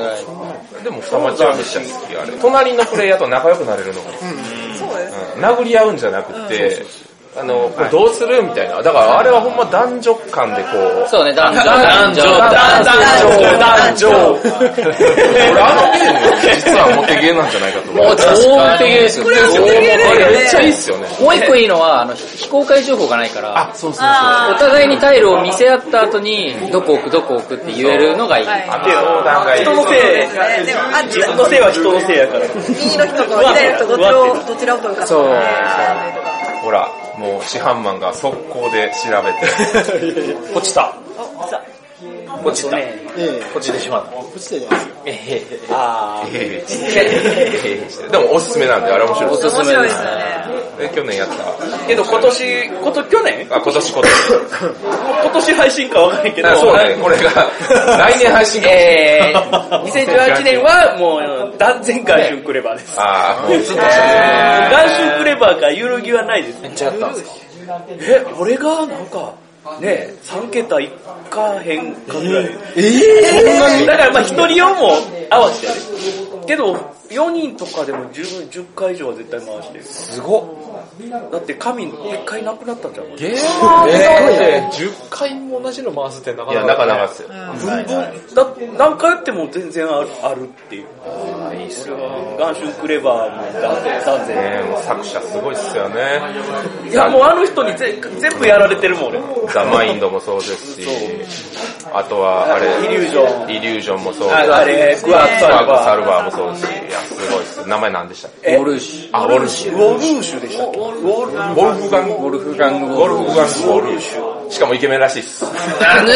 S6: ら
S1: でも二町はめっちゃ好き、あれ。隣のプレイヤーと仲良くなれるのが、
S5: そうです。
S1: うん殴り合うんじゃなくて、あの、これどうするみたいな。だからあれはほんま男女間でこう、
S6: そうね、男女、
S1: 男
S6: 男
S1: 女
S6: 女、
S1: 男女俺あのゲーム、実はモテゲーなんじゃないかと思う。
S6: もう超的ですよ。
S5: これはモテゲーだよね
S1: めっちゃいいっすよね。
S6: もう一個いいのは、あの、非公開情報がないから、お
S5: あ
S6: 互いにタイルを見せ合った後に、どこ置く、どこ置くって言えるのがいい。
S5: ーはい。
S1: 相談がいい。
S2: 人のせい
S5: そうですね。でも、あ、
S2: 自分のせいは人のせいやから。
S5: 右の人と左の人どっちを、どちらを取るか
S6: そう。
S1: ほら、もう市販マンが速攻で調べて。
S2: 落ちた。落ちた。
S7: ええ
S2: 落ちてしまった。
S7: 落ちてるじゃないですか。
S2: あ
S1: でもおすすめなんで、あれ面白いです。
S5: 面白いですよね。
S1: で去年やった。
S2: ー。けど今年、こと、去年
S1: あ、今年今年。
S2: 今年配信かわからんけど、
S1: あそうね、これが、来年配信かもしれない
S2: え ー、2018年はもう断然外春クレバーです。
S1: あー、もうずっと
S2: 外春クレバーから揺るぎはないですね。
S3: ちゃったんですか
S2: え、俺がなんか、ね、3桁いかへんかぐらい。だからまあ一人用も合わせてね。けど、4人とかでも十分10回以上は絶対回してる。すごだって神1回なくなったんじゃん。
S4: ゲーマーで10回も同じの回すってなか
S1: いや、
S4: なか。
S1: なかなかっすよ。
S2: だ何回やっても全然あるあるっていう。いいっすよ。ガンシュンクレバーも断然断然。
S1: ねもう作者すごいっすよね。
S2: いやもうあの人にぜ全部やられてるもん俺。
S1: ザ・マインドもそうですし、あとは、あれ、
S2: イリュージョン
S1: イリュージョンもそうですし
S2: ああれ、クワッツ
S1: サ
S2: ァ
S1: ー
S2: ル
S1: ブサ
S2: バ
S1: ルバーもそうですし、いや、すごいっす。名前何でしたっけ
S2: え
S1: ルシュ。あ、ウォルシュ。ウ
S2: ー。ウォルシュでしたっけ
S1: ォルフガング。ウォルフガング。ウォルフガング・ウォルシュ。しかもイケメンらしいっす。
S6: ダメ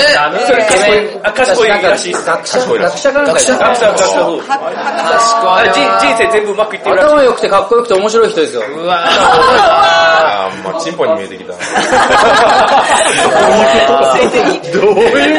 S6: それ
S2: 賢いあ賢いらしいっす
S6: 学
S1: 賢いらしい
S6: 学者かなんか
S2: 学者学者
S5: は、は、
S2: あ人人生全部うまくいってるらしい。
S6: 頭良くてかっこよくて面白い人ですよ。うわ
S1: あー、まあチンポに見えてきた。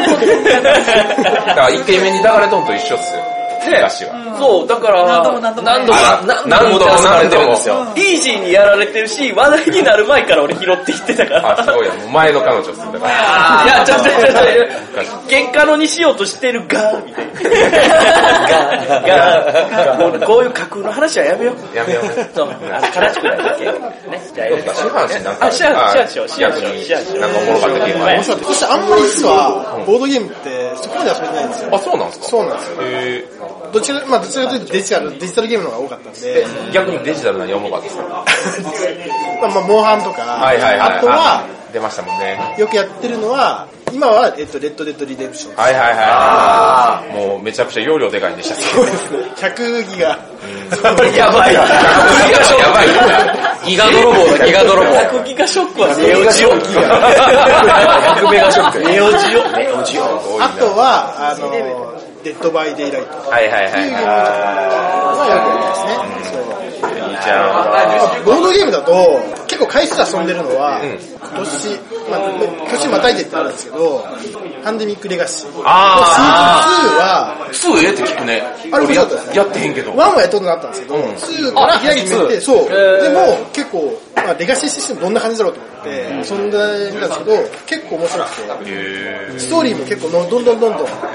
S1: だからイケメンに抱かれとんと一緒っすよ。昔は。
S2: そう、だから、
S5: 何度も何度も。
S6: 何度も
S1: あら何度も何度も。
S2: イージーにやられてるし、話題になる前から俺拾っていってたから。
S1: あ、すごいや。もう前の彼女っす。だから。
S2: いや、ちょちょちょちょ、喧嘩のにしようとしてるが、みたいな。 が、もうこういう架空の話はやめよう。
S1: やめようね。
S2: そう、あの、からちくらいだけ。ね、じゃあ
S1: そ
S2: や
S1: う
S2: め
S1: か、
S2: よ
S1: シュハン氏なんか、
S2: あシュハンシュハン氏は
S1: 主役
S2: シュハン氏
S1: に、な
S2: は
S1: んかおもろかったゲーム
S7: 面白かった。そしてあんまり実は、ボードゲームってそこまで遊べてないんですよ。
S1: あ、そうなんですか
S7: そうなんですよ。
S1: へ
S7: どちら、まあどちらかというとデジタル、デジタルゲームの方が多かったんで、
S1: ー逆にデジタルな読もうかったですかは
S7: まあ、まあモンハンとか、
S1: いはいはい。
S7: あとは、
S1: あ、出ましたもんね。
S7: よくやってるのは、今は、えっと、レッドデッドリデンプション。
S1: はいはいはい。もうめちゃくちゃ容量でかいんでしたっ
S7: そうですね。100ギガ。
S2: う。やばい。
S1: けやばいよ
S6: ギガ泥棒だ、ギガ 泥棒。
S2: 100ギガショックはネオジオ。
S1: 100メガショック
S2: ネオジオ。ネオジオ。
S1: 多いな
S7: あとは、あの、デッドバイデイライト。
S1: はいはいはい
S7: まあ、よくやりますね。そう
S1: はい。いいじゃん。
S7: ボードゲームだと、結構回数遊んでるのは、今年、まあ、今年またいでってあるんですけど、パンデミックレガシー。シーズン2
S1: あ
S7: は、
S1: ー。2えって聞くね。
S7: あれ面白かった
S1: やってへんけど。
S7: 1はやっとくなったんですけど、2から開き決めて、そう。でも、結構、まあ、レガシーシステムどんな感じだろうと思って、遊んでみたんですけど、結構面白くて、ストーリーも結構の、どんどんどんどん入り込むん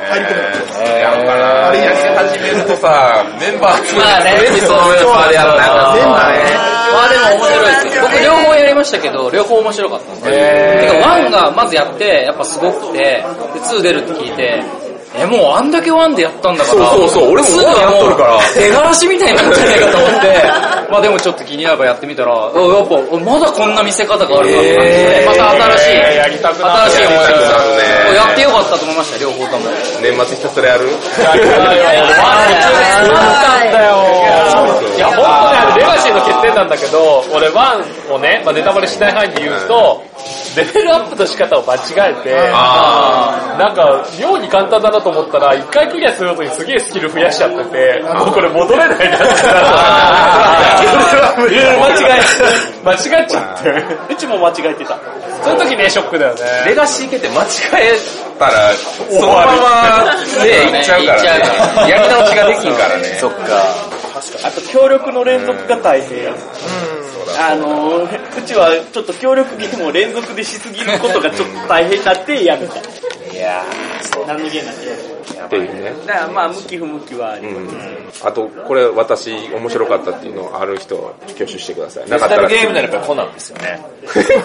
S7: ですよ。
S1: やんかな。あれやり始めるとさ、メンバー集め
S6: まあね
S1: て、そうあれやんな。
S7: メンバーね
S6: まあでも面白いですよ。僕両方やりましたけど、両方面白かったんですよ。てかワンがまずやって、やっぱすごくて、でツー出るって聞いて、え、もうあんだけワンでやったんだから。
S1: そうそうそう俺も
S6: ツー
S1: ワンやっとるから
S6: はもう出がらしみたいになっちゃないかと思 って、まあでもちょっと気になればやってみたら、あやっぱ、まだこんな見せ方があるなって感じで、また新しい、
S1: やりたくなる
S6: 新しい思
S1: やり
S6: い
S1: たくなるね
S6: をやってよかったと思いました、両方 とも。
S1: 年末ひたすらやる
S4: いや、本当ね、あのレガシーの欠点なんだけど、俺、ワンをね、まあ、ネタバレしない範囲で言うと、レベルアップの仕方を間違えて、なんか、妙に簡単だなと思ったら、一回クリアするごとにすげえスキル増やしちゃってて、もうこれ戻れないなってなった。
S1: あー
S4: それは間違え、間違っちゃって。
S2: うちも間違えてた。
S4: その時ね、ショックだよね。
S1: レガシー系って間違えたら、そのままね、 いっちゃうか
S6: いっちゃう
S1: ら
S6: か
S1: ね。
S6: ら
S1: やり直しができんからね。
S3: そっか。
S2: あと協力の連続が大変やあのー、うちはちょっと協力ゲームを連続でしすぎることがちょっと大変になってやめた。
S1: いや
S2: 何のゲームなんてやる
S1: ーっていうね。
S2: だからまあ、向き不向きはあり
S1: うん。あと、これ私面白かったっていうのある人、挙手してください。なかったら。
S3: ゲームならやっぱりコナンですよね。
S1: 二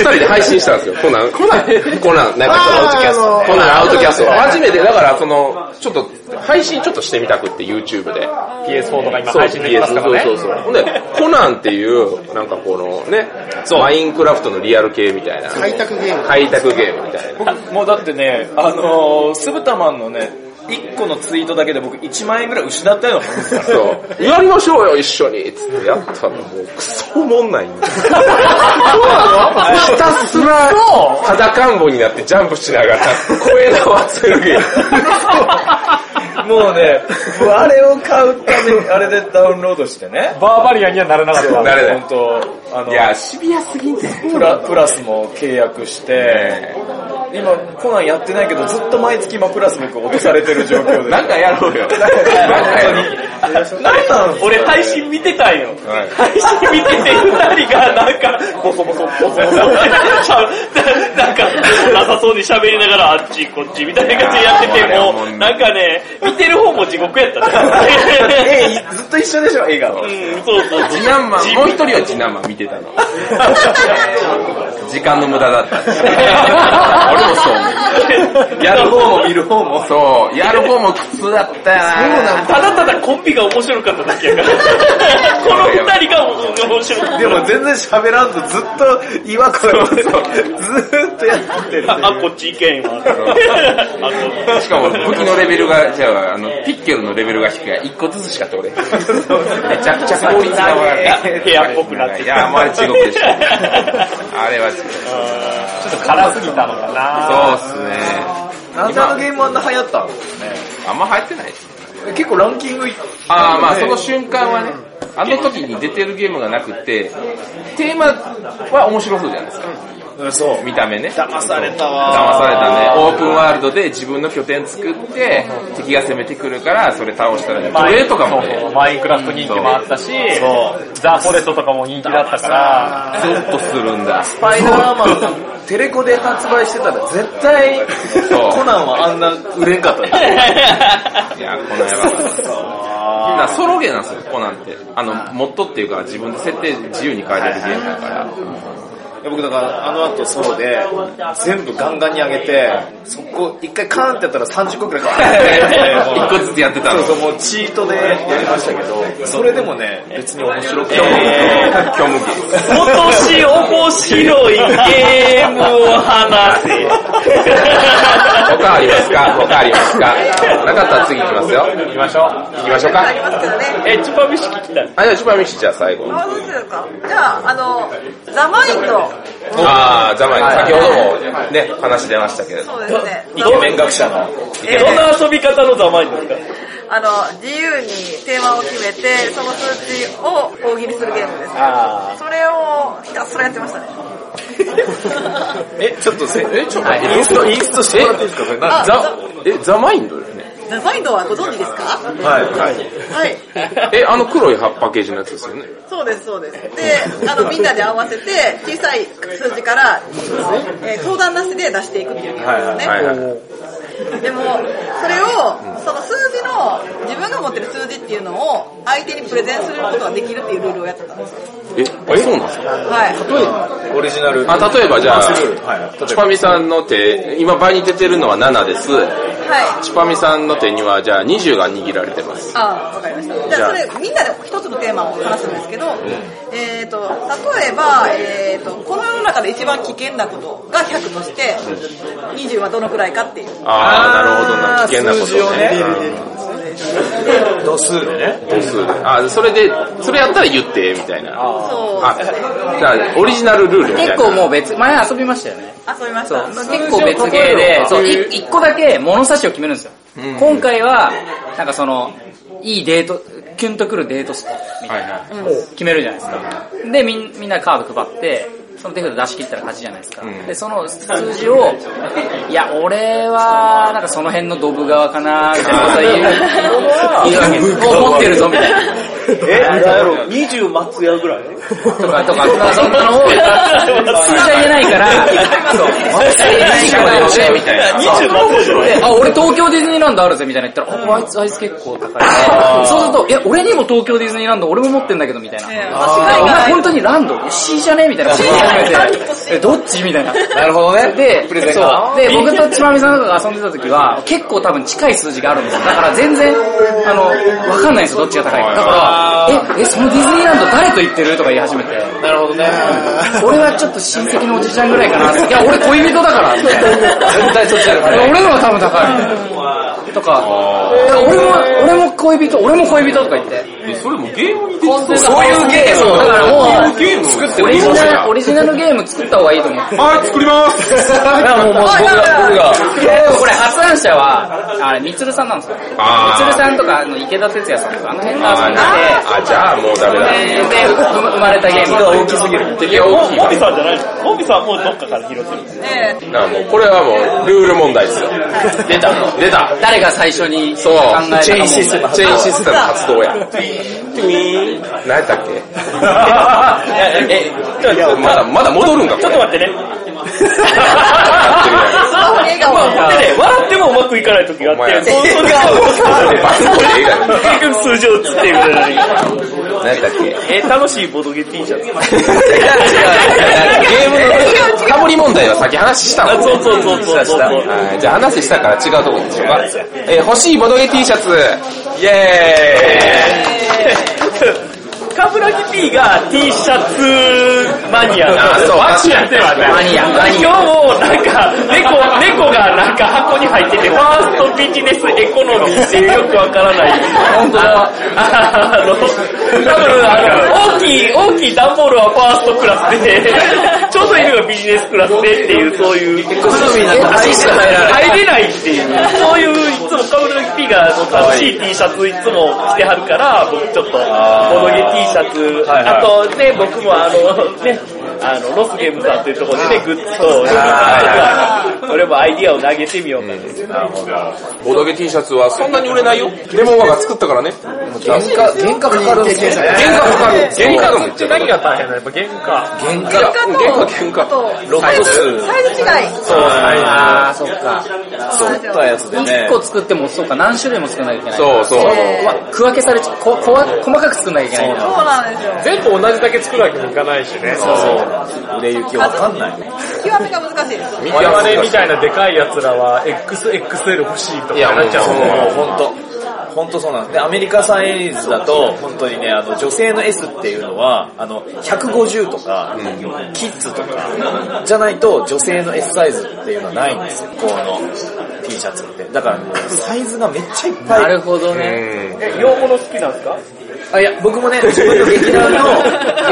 S1: 人で配信したんですよ、コナン。コナンコナン、なんかそのアウトキャス
S7: あー
S1: ト。
S7: あの
S1: コナンアウトキャスト。初めて、だからその、ちょっと、配信ちょっとしてみたくって、YouTube で。
S4: PS4 とか今
S1: そう
S4: 配信できますからね。
S1: そうそうそう。ほんで、コナンっていう、なんかこのね、マインクラフトのリアル系みたいな。
S7: 開拓ゲーム。
S1: 開拓ゲームみたいな。
S8: 僕、もうだってね、あのー、スブタマンのね、1個のツイートだけで僕1万円ぐらい失ったようなもんですから。
S1: そう。やりましょうよ、一緒につってやったら、もう、クソおもんないんだよひたすら、裸んぼになってジャンプしながら、声の合わせるゲー
S8: もうね、もうあれを買うために、あれでダウンロードしてね。
S4: バーバリアンにはならなかった。
S1: ム。なれない
S8: 本。当あの
S1: いや、シビアすぎんだよ。
S8: プラ、プラスも契約して、今コナンやってないけどずっと毎月今プラス僕落とされてる状況で。
S1: なんかやろうよ。なんかやろう。
S8: 本当に。なんなん
S2: 俺配信見てたんよ。
S1: はい
S2: 配信見てて二人がなんか、ボソボソボソボソってしゃべなんか、なさそうに喋りながらあっちこっちみたいな感じでやってて、もう、なんかね、見てる方も地獄やったね。
S8: えずっと一緒でしょ、映画は。
S2: うん、そうそうそう。
S1: 次男マ ン、もう一人は次男マン見てたの。時間の無駄だった。俺もそう思う。やる方も見る方も。そう、やる方も苦痛だったよな。
S2: ただただコンビが面白かっただけやから。この二人が面白かった。
S8: でも全然喋らんとずっと違和感をずっとやってる。
S2: あ、こっち意見は。あこっち
S1: しかも武器のレベルが、じゃあ、あの、ピッケルのレベルが低いから、一個ずつしか取れない。めちゃくちゃ効率が悪かった。
S2: 部屋っぽくなって
S1: いや、もうあれ地獄でした。あれは地獄。
S4: ちょっと辛すぎたのかな
S1: そうっすね。
S8: なんであのゲームあんな流行ったの
S1: あんま入ってないですね。
S8: 結構ランキングいっ
S1: ああ、まあその瞬間はね、あの時に出てるゲームがなくって、テーマは面白そうじゃないですか。
S8: そう。
S1: 見た目ね。騙
S8: された
S1: されたね。オープンワールドで自分の拠点作って、敵が攻めてくるから、それ倒したらね、奴隷とかも
S4: そう
S1: ね、
S4: マインクラフト人気もあったし、ザ・フォレストとかも人気だったから、
S1: ゾッとするんだ。
S8: スパイダーマンがテレコで発売してたら絶対
S1: そう
S8: コナンはあんな売れんかった ね。
S1: いや、このやばかった。だからソロゲーなんですよ、コナンって。あの、モッドっていうか、自分で設定自由に変えれるゲームだ から。
S8: 僕だからあの後ソロで全部ガンガンに上げて、そこ一回カーンってやったら30個くらいガーンってや
S1: 一
S8: って
S1: 個ずつやってた
S8: そ
S1: の
S8: う。そう、もうチートでやりましたけど、それでもね、別に面白くない。
S1: 虚無ゲー。
S2: 今年面白いゲームを話せ。
S1: 他ありますか 他ありますかなかったら次行きますよ。行きましょう。行きましょう
S5: ありま
S1: か。
S5: すけどね。
S2: え、チュパミシ聞きたい。
S1: あ、じゃあ、チュパミシじゃあ最後。
S5: あ、そうですか。じゃあ、あの、ザ・マインド。
S1: ああ、ざまに、先ほどもね、話出ましたけれど。
S5: そうですね。
S8: イケメン学者の。
S5: え
S2: どん
S5: ー
S2: な遊び方のざまいですか
S5: あの、自由にテーマを決めて、その数値を大喜利するゲームですね。それをひたすらやってましたね。
S8: え、ちょっとせ、え、ちょっと、インスト、インストしてもらっていいですかそれ何
S5: あ
S1: ザ、え、ザマインドですね。
S5: ザ・マインドはご存知ですか
S8: はい、はい。
S5: はい。
S1: え、あの黒い葉っぱ系じのやつですよね。
S5: そうです、そうです。で、あの、みんなで合わせて、小さい数字から、えー相談なしで出していくっていうゲームですよね。
S1: はいはい。
S5: でも、それを、その数字の、自分が持ってる数字っていうのを、相手にプレゼンすることができるっていうルールをやってたんですよ。
S1: え、そうなんですか
S5: はい。
S8: オリジナル。
S1: あ、例えばじゃあ、
S8: はい
S1: チュパミさんの手、今倍に出てるのは7です。
S5: はい。
S1: チュパミさんの手には、じゃあ20が握られてます。
S5: ああ、わかりました。じゃあ、それ、みんなで一つのテーマを話すんですけど、えっ、と、例えば、えっ、と、この世の中で一番危険なことが100として、20はどのくらいかっていう。
S1: ああ、なるほどな。危
S8: 数字
S1: 険
S8: を
S1: なこと
S8: ね
S1: ね。
S8: 度数でね。
S1: 度数で。あ、それで、それやったら言って、みたいな。
S5: そう。
S1: あ、じゃあ、オリジナルルールみたいな。
S6: 結構もう別、前遊びましたよね。
S5: 遊びまし
S6: そう
S5: た。
S6: 結構別ゲーで、そう、い一個だけ物差しを決めるんですよ。今回は、なんかその、いいデート、キュンとくるデートスポットみたいな、決めるじゃないですか。で、みんみんなカード配って、その手札出し切ったら勝ちじゃないですか。
S1: ん
S6: で、その数字を、いや、俺は、なんかその辺のドブ側かな、みたいなことを言う言うわけです。もう持ってるぞ、みたいな。
S2: え、なんやろ、20松屋ぐらい
S6: とか、とか、そんなの方が、数字は言え ないから、そう、数字は言えないから、俺、みたいな。
S2: ?20 松屋じゃない
S6: であ、俺東京ディズニーランドあるぜみたいな言ったら、あ、あいつ、あいつ結構高い。そうすると、いや、俺にも東京ディズニーランド、俺も持ってんだけど、みたいな。
S5: ええ
S6: あお前本当にランド ?C じゃねみたいなこと言われて、え、どっちみたいな。なるほどね。で、そう。で、僕とちまみさんとかが遊んでた時は、結構多分近い数字があるんですよ。だから全然、あの、わかんないんですよ、どっちが高いか。だから、え、え、そのディズニーランド誰と行ってるとか言い始めて。なるほどね。俺はちょっと親戚のおじちゃんぐらいかなって。いや、俺恋人だから。みたいな絶対そっちだから。俺のは多分高いみたいな。とか、いや俺も、俺も恋人、俺も恋人とか言って。
S1: それもゲームにできそう
S6: そういうゲームそう、だからもう、
S1: ゲーム作って
S6: オ
S1: も
S6: リ
S1: いい
S6: ジ
S1: かもしれ
S6: ナ
S1: な
S6: ル、
S1: い。
S6: オリジナルゲーム作った方がいいと思う。
S1: はい、作ります
S4: もう、もう、僕が、僕が。
S6: これ発案者は、あれ、みつるさんなんですよ。み
S1: あー
S6: つるさんとか、あの、池田哲也さんとか、あの辺が遊んで
S1: あ、じゃあもうダメだ。
S6: て、で、で生まれたゲーム。大きすぎる。いや、大きい
S2: モミさんじゃないのモミさんはもうどっかから拾ってる。
S5: ええ
S1: だからもうこれはもうルール問題ですよ。出た。出た。
S6: 誰が最初に
S1: そ
S6: 考えたか問
S1: う。
S6: 題
S1: チェインシステム。チェインシステム発動や。何やったっけ
S2: え、
S1: いやまだ、まだ戻るんか、こ
S2: ちょっ
S1: れ
S2: と。待ってね。
S5: スマホに笑顔が
S2: でね、笑ってもうまくいかない時があって、そうそう
S1: バ スコで映画に。
S2: 結局数字をつってくれない。
S1: 何やったっけ
S2: え、楽しいボドゲ T シャツ。
S1: ゲームの深掘り問題は先話したもんね
S2: そうそうそうそうそう
S1: はいじゃあ話したから違うとこにしようか。えー欲しいボドゲ T シャツ。イェー
S2: カブラギ P が T シャツマニアな
S1: あそう
S2: マニアではない。
S6: マニアマニア
S2: 今日もなんか、猫、猫がなんか箱に入ってて、ファーストビジネスエコノミーっていうよくわからない。
S6: 本当だ
S2: あの、多分あの、大きい、大きい段ボールはファーストクラスで、 ちょうど犬がビジネスクラスでっていう、そういう。入れないっていう、そういういつもカブルの P があの楽しい T シャツいつも着てはるから、僕ちょっと、ボドゲ T シャツ、あとね、僕もあの、ね、あの、ロスゲームさんっていうところでね、グッズと、それもアイディアを投げてみようか
S1: イ
S2: と。
S1: ボドゲ T シャツはそんなに売れないよ。レモンワが作ったからね。
S3: 原価、原価かかるんですよ。
S1: 原価かかる。原価も
S4: じゃあ何が大変なのやっぱ原価。
S1: 原価原価原価ロックス
S5: サイズ違い。
S6: あー、そっか。
S5: そうなんですよ。
S3: やつで
S6: 1個作っても、そうか、何種類も作んなきゃいけない。
S1: そうそう
S5: ええ
S6: 区分けされちゃう、こ、こわ、細かく作んなきゃいけないから。
S5: そうなんですよ。
S4: 全部同じだけ作るわけにいかないしね。
S3: 売れ行きわかんない。
S5: 極めが難しいです。
S4: 我々みたいなでかい奴らは XXL 欲しいとか
S1: いや
S4: なっちゃう
S1: も
S4: もん
S3: もう本当本当そうなんです。で、アメリカ産エリーズだと、本当にね、あの、女性の S っていうのは、あの、150とか、キッズとか、じゃないと、女性の S サイズっていうのはないんですよ、この T シャツって。だから、もうサイズがめっちゃいっぱい。
S6: なるほどね。
S2: え、用語の好きなんですか
S3: あ、いや、僕もね、自分の劇団 の、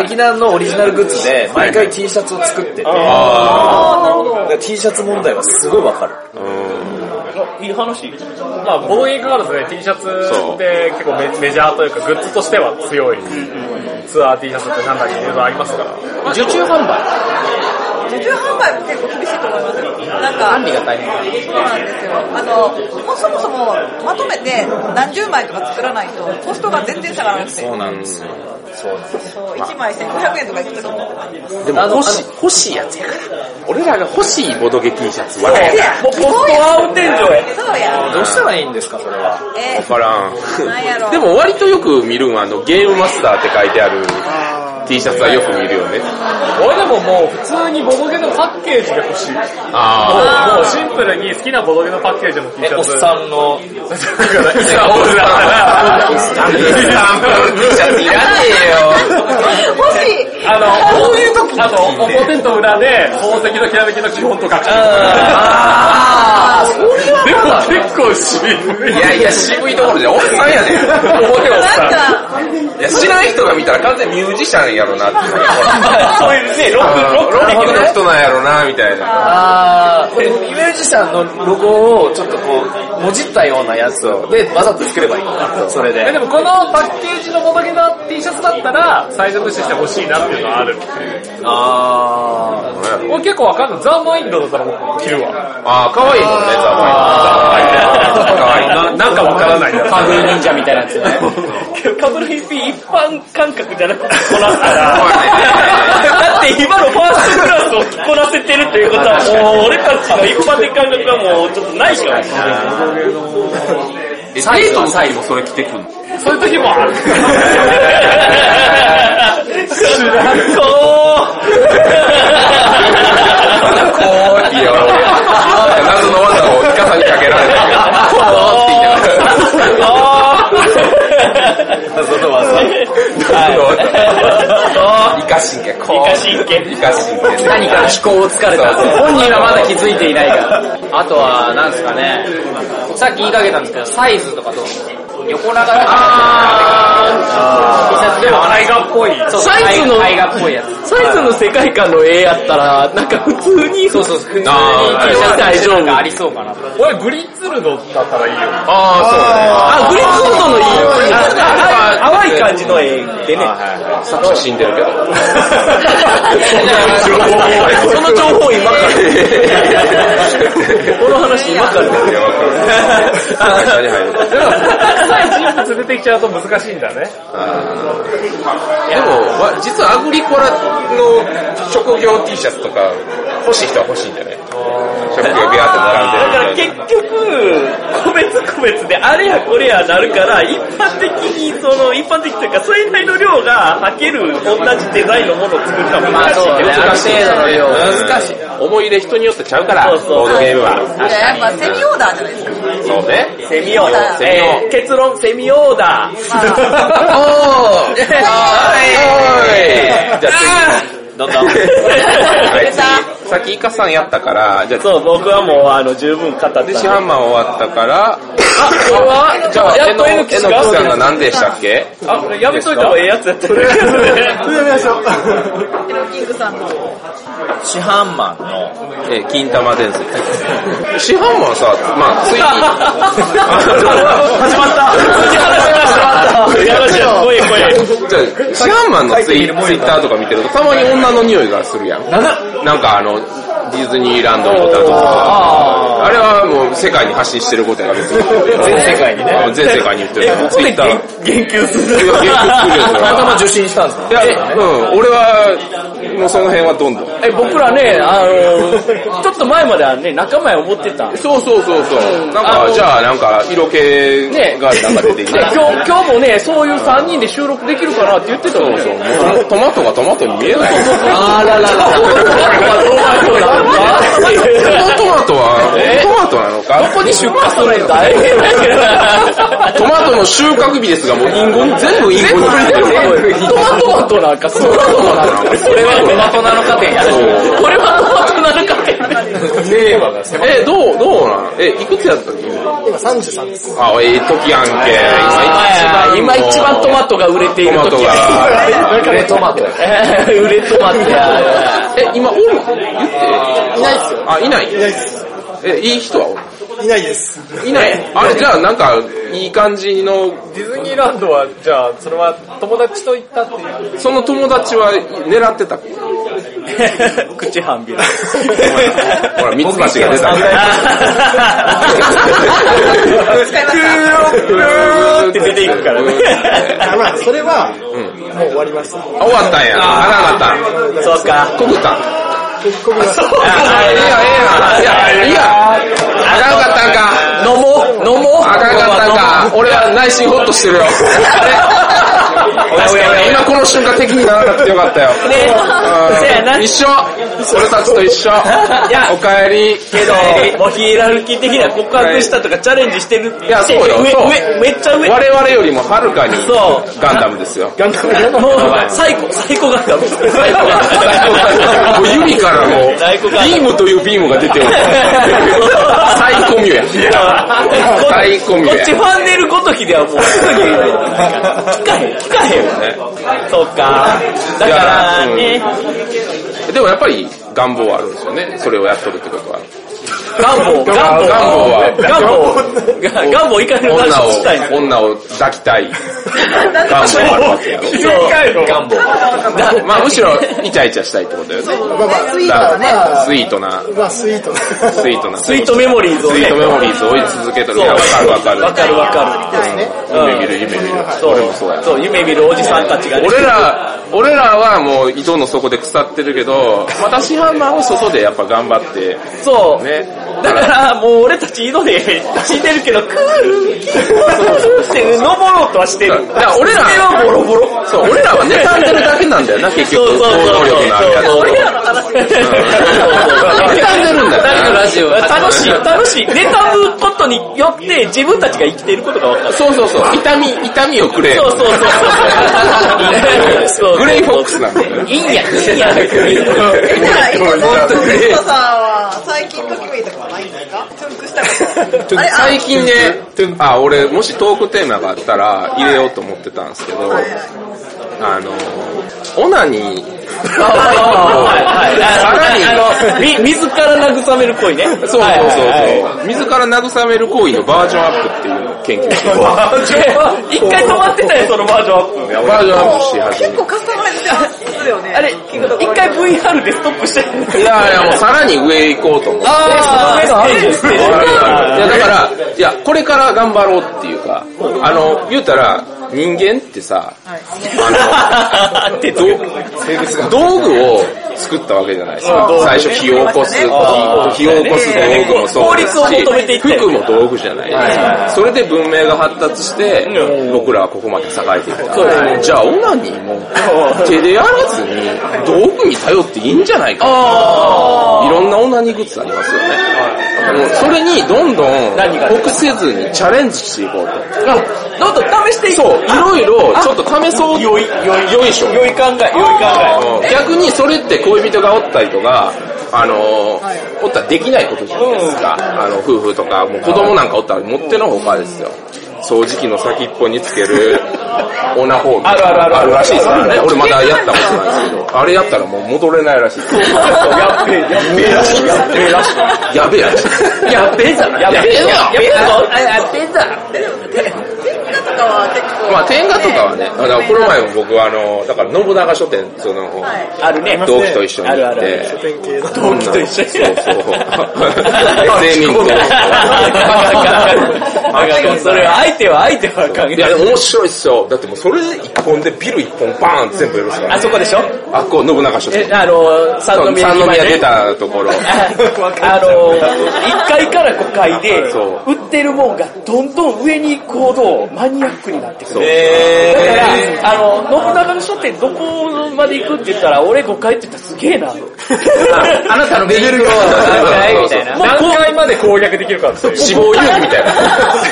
S3: 劇団のオリジナルグッズで、毎回 T シャツを作ってて、だか
S1: あ
S3: ら T シャツ問題はすごいわかる。
S2: いい話。
S4: まあ、ボドゲーからですね、T シャツって結構メメジャーというか、グッズとしては強い。ツアー T シャツってなんだっけ、いろいろありますから。
S6: 受注販売
S5: 受注販売も結構厳しいと思いますよ。なんか、
S6: 管理が大変。
S5: そうなんですよ。あの、もうそもそもまとめて何十枚とか作らないと、コストが全然下がらなくて、
S1: そうなんですよ
S5: そう1枚1500円とかいくときもあります。
S1: でも欲しい欲しいやつやから俺らが欲しいボドゲ T シャツはね
S5: もうポスト
S2: アウ天井へ。
S5: そうや。
S3: どうしたらいいんですか、それは。
S5: え
S1: 分からん
S5: ー、なんやろ。
S1: で、も割とよく見るんはあのゲームマスターって書いてある T シャツはよく見るよね
S4: 俺でももう普通にボドゲのパッケージが欲しい。も
S1: あ
S4: うもうシンプルに好きなボドゲのパッケージの T シャツ。
S3: おっさんの、
S4: だから、いや、おっさ
S1: あ
S4: ん。
S1: T シャツいらねえよ
S5: 欲しい
S4: あの、こういう時あと、表と裏で、宝石のきらめきの基本とか。
S1: あ
S4: でも結構渋い
S1: ーい。やいや渋いところじゃんおっさんやねん表おっ
S5: なん
S1: さ
S5: か、
S1: んいや知らん人が見たら完全にミュージシャンやろなっていうのがほら
S2: そういうね、ロック、ロッ
S1: ロ
S2: ク
S1: ックの人なんやろなみたいな
S3: あー、これミュージシャンのロゴをちょっとこう、もじったようなやつを、で、わざと作ればいいんだ、それ
S4: え
S3: で。
S4: でもこのパッケージのボドゲの T シャツだったら、サイズ無視して欲しいなっていうのはある。
S3: あ
S4: 俺結構わかんない。ザ・マインドだったらもう着るわ。
S1: あー可愛いもんねザワイン可愛いな
S4: なんかわかん
S1: らないやつ
S6: カグル忍者みたいなやつね。
S2: カブル EP 一般感覚じゃなくてこなすから、だっ
S1: は
S2: て今のファーストクラスを着こなせてるということは、もう俺たちの一般的感覚がもうちょっとないから、
S1: えデートの際もそれ着てくんの
S4: そういう時もある。
S2: 知 らん
S1: こういよ。謎の技をイカさんにかけられたけど、こうって言いながら。
S3: 謎の技。
S1: イカ神経、こう。
S2: イカ神経
S1: イカ神経ね
S6: 何か気候をつかれた。本人はまだ気づいていないから。 あとは、なんですかね。さっき言いかけたんですけど、サイズとかどうですか横長だあー T シャツでも絵画っぽい。そう、
S9: サイズの
S6: 絵画っぽいやつ。
S9: サイズの世界観の絵やったら、なんか普通に、
S6: そうそう、普通に T シ
S1: あー
S6: ャツ
S9: 大丈夫
S6: なんかありそうかな。
S4: 俺、グリッツルドだったらいいよ。
S9: あ、グリッツルドのいい。
S2: 淡い感じの絵でね、
S1: さっき死んでるけど。
S9: その情報今から。
S2: この話今から
S1: いや、わかる。
S4: でも、人物出てきちゃうと難しいんだね。
S1: でも、わ実はアグリコラの職業 T シャツとか欲しい人は欲しいんじゃない職業ビア
S2: だか
S1: ー
S2: ら
S1: って並んでるみたい
S2: 結局、個別個別であれやこれやなるから、一般的に、その、一般的というか、それ以外の量が履ける同じデザインのものを作るのは
S6: まあ
S2: 難しい
S6: そう
S2: け
S6: ね、
S2: ど、
S6: ある程度の量。
S1: な。難しい。思い入れ人によってちゃうから、
S2: そうそう
S1: ボードゲームは。
S5: じゃあやっぱセミオーダーじゃないですか。
S1: そうね。
S2: セミオーダー。
S1: セミオー
S2: えー結論、セミオーダ
S1: お
S2: ー。
S1: ーじゃあ次。
S3: どん どん。
S1: はい、次。さっきイカさんやったから、じゃあ
S2: そう、僕はもう、あの、十分語ったんで
S1: で、。シハンマー終わったから、じゃあ、
S4: や
S1: え
S4: っ
S1: の、
S4: と
S1: え
S4: N
S1: の
S4: キス
S1: さ
S4: が
S1: んが何でしたっけ
S2: あ、やめといた方が ええやつやった。
S5: ヒロキングさんの。
S3: 市販マンの、
S1: えー、金玉伝 説。シハンマーさ、まあ、ついに、
S2: 始まった次話が始まった声声。
S1: じゃあシガンマンのツイツイッターとか見てると、たまに女の匂いがするやん。なんかあの、ディズニーランドの歌とか、あれはもう世界に発信してることやから別に。全世界にね。全世界に言ってるから。ツイッター。
S2: 言及する。
S1: いや、結構するよそれ
S3: たまたま
S1: は
S3: 受信したんですか
S1: いや、うん、俺は、もうその辺はどんどん。
S2: え、僕らね、あ の、ちょっと前まではね、仲間や思ってた。
S1: そうそうそうそう。なんか、じゃあなんか、色気がなんか出てき
S2: で
S1: た。
S2: 今日、今日もね、そういう3人で収録できるかなって言ってたもん。そう
S1: もうトマトがトマトに見えない。
S9: あららら
S1: このトマトは、トマトなのかどこに出荷するんだトマトの収穫日ですが、もうインゴに、全部インゴに触れてる。
S9: トマトマトなんか、そのトマトなんか。
S1: それはトマトなのか店や。
S9: これはトマトなのかって。
S1: テーマが狭い。え、どう、どうなんえ、いくつやったっけ今
S7: 今33です。
S1: あ、ええ時やんけ。
S9: 今一番トマトが売れてい
S1: ト
S9: る
S1: マト
S9: 時
S1: が。
S9: トマト 売れトマトや。
S1: え、今おる言って。いないっすよ。あ、いない。いないっす。え、いい人はおる
S7: いないです。
S1: いない。あれ、じゃあなんか、いい感じの、
S4: ディズニーランドは、じゃあ、それは友達と行ったっていう。
S1: その友達は狙 ってた子
S2: 口半開
S1: ほら、ミツバチが出た。
S2: って出ていくからね
S7: あまあ、それは、
S1: ん
S7: もう終わりました。
S1: あ終わったんや。あらなかっ
S2: そうか。
S1: た。こぐたん。
S7: 結局は、
S1: あええやん、ええやん。いや、いいや。あかんかったんか。
S9: 飲もう、飲もう。
S1: あかんかったんか。俺は内心ホッとしてるよ。おやおや今この瞬間敵にならなくてよかったよ。
S2: そうや
S1: うん
S2: な
S1: 一緒俺たちと一 緒おかえり。
S2: けど、もうヒエラルキー的な告白したとかチャレンジしてる。
S1: いやそうよ
S2: 上
S1: そう
S2: 上めっちゃ上。
S1: 我々よりもはるかに
S2: そ
S1: ガンダムですよ。
S2: ガンダムもう、最高、最高ガンダム。最高
S1: もう指からもう、
S2: 最高ガン
S1: ビームというビームが出 ておる。最高ミュや。最高ミュ
S2: こっ
S1: や
S2: ち。ファンネルごときではもう、聞かへん、聞かへんよね。そうか。だからね、
S1: でもやっぱり願望はあるんですよね。それをやっとるって ことは。
S2: ガンボ、ガンボ、
S1: 願望は、
S2: ガンボ、ガンボ、いかにも話したいんです
S1: 女を、女を抱きたい。願望あるわけやろ。
S3: 願望。
S1: まあむしろイチャイチャしたいってことよね。
S7: まあまあ、スイート
S1: だか
S7: は
S1: ら、
S7: まあ
S1: ス、イートな、
S7: まあスイート。
S1: スイートな。
S2: スイートメモリーズを
S1: スイ
S2: ね
S1: ートメモリーズを追い続けとる。いや、わかるわかる。
S2: わかるわかる。
S1: 夢見る夢見る。俺もそうや。
S2: そう、夢見るおじさんたちがね。
S1: 俺ら、俺らはもう井戸の底で腐ってるけど、私ハンマーは外でやっぱ頑張って、
S2: そう。
S1: ね。
S2: だから、もう俺たち井戸で死んでるけど、クール、キールって登ろうとはしてる。
S1: だから俺ら、ボロボロ。そう、俺らは妬んでるだけなんだよな、結局。
S2: そうそうそう
S1: 行動力のあるやつ。
S2: そう
S5: 俺らの話で
S1: 妬んでるんだよ
S6: 誰か
S1: な。
S6: ラジオ。
S2: 楽しい、楽しい。妬むことによって自分たちが生きていることが分かる。
S1: そうそうそう、痛み、痛みをくれ。
S2: そうそうそうそう。
S1: グレイフォックスなんだよね。
S6: いいんや、いい んや。
S5: えじゃあ、伊藤
S1: も
S5: さ
S1: っとグレイ
S5: んは最近ときめいたことないんですかトゥンクしたこと。あれ、
S1: 最近ね、あ、俺、もしトークテーマがあったら入れようと思ってたんですけど、あの、オナニー、
S2: はい、あの、み、自ら慰める恋ね。
S1: そうそうそうそう、自ら慰める行為のバージョンアップっていうのを研究してる。バ
S2: 一回止まってたよ、そのバージョンアップ。
S1: ージョンアップして始め
S5: 結構カスタマイズでするよね。
S2: あれ、一回 VR でストップしてるんだ
S1: る。いやいや、もうさらに上行こうと思って。
S2: あるんです
S1: いや、だから、いや、これから頑張ろうっていうか、あの、言うたら、人間ってさ、あ の、ど道具を作ったわけじゃないですか。最初火を起こす、火火を起こす道具もそうです
S2: 効率を求めてい
S1: し、
S2: って
S1: 服も道具じゃないですか。それで文明が発達して、僕らはここまで栄えてきた。じゃあ、オナニーも手でやらずに道具に頼っていいんじゃないか。いろんなオナニーグッズありますよね。もうそれにどんどん得せずにチャレンジしていこうと。
S2: どんどん試していこ
S1: そう、いろいろちょっと試そう。よい、よいしょ。
S2: 良い考え、良い考
S1: 逆にそれって恋人がおったりとか、あのーおったらできないことじゃないですか。あの、夫婦とか、もう子供なんかおったらもってのほかですよ。掃除機の先っぽにつける、オナホール。あるあるある。あるらしいですからね。俺まだやったことないですけど。あれやったらもう戻れないらしいです。やっべえ、やっべえらしい。やっべえらしい。やべえらしい。やべえじゃない。やべえや
S5: とかは結構。
S1: まあ、天下とかはね、だからこの前も僕はあの、だから信長書店、その、
S2: え。あるね。
S1: 同期と一緒に行って、
S2: あるある
S7: 書店系の。
S1: 同期と一緒に。そ うそう。SME と。
S2: それは相手は相手は関
S1: い
S2: 係
S1: や、面白いっすよ。だってもうそれ一本でビル一本バーンって全部やるっすから、
S2: あそこでしょ
S1: あっこ、信長書
S2: え、
S1: 店。
S2: あの、三
S1: そう
S2: 宮
S1: 三
S2: 駅
S1: 宮
S2: 前
S1: 出
S2: ね。
S1: たところ。
S2: あの、1階から5階で
S1: そ、
S2: 売ってるもんがどんどん上に行くほどマニアックになってくる。だから、あの、信長の書店どこまで行くって言ったら、俺5階って言ったらすげえな。
S6: あ なたのレベルが
S1: そうそ
S6: みた
S1: う
S6: いな。
S4: 何回まで攻略できるかっていう。
S1: 死亡勇気みた いな。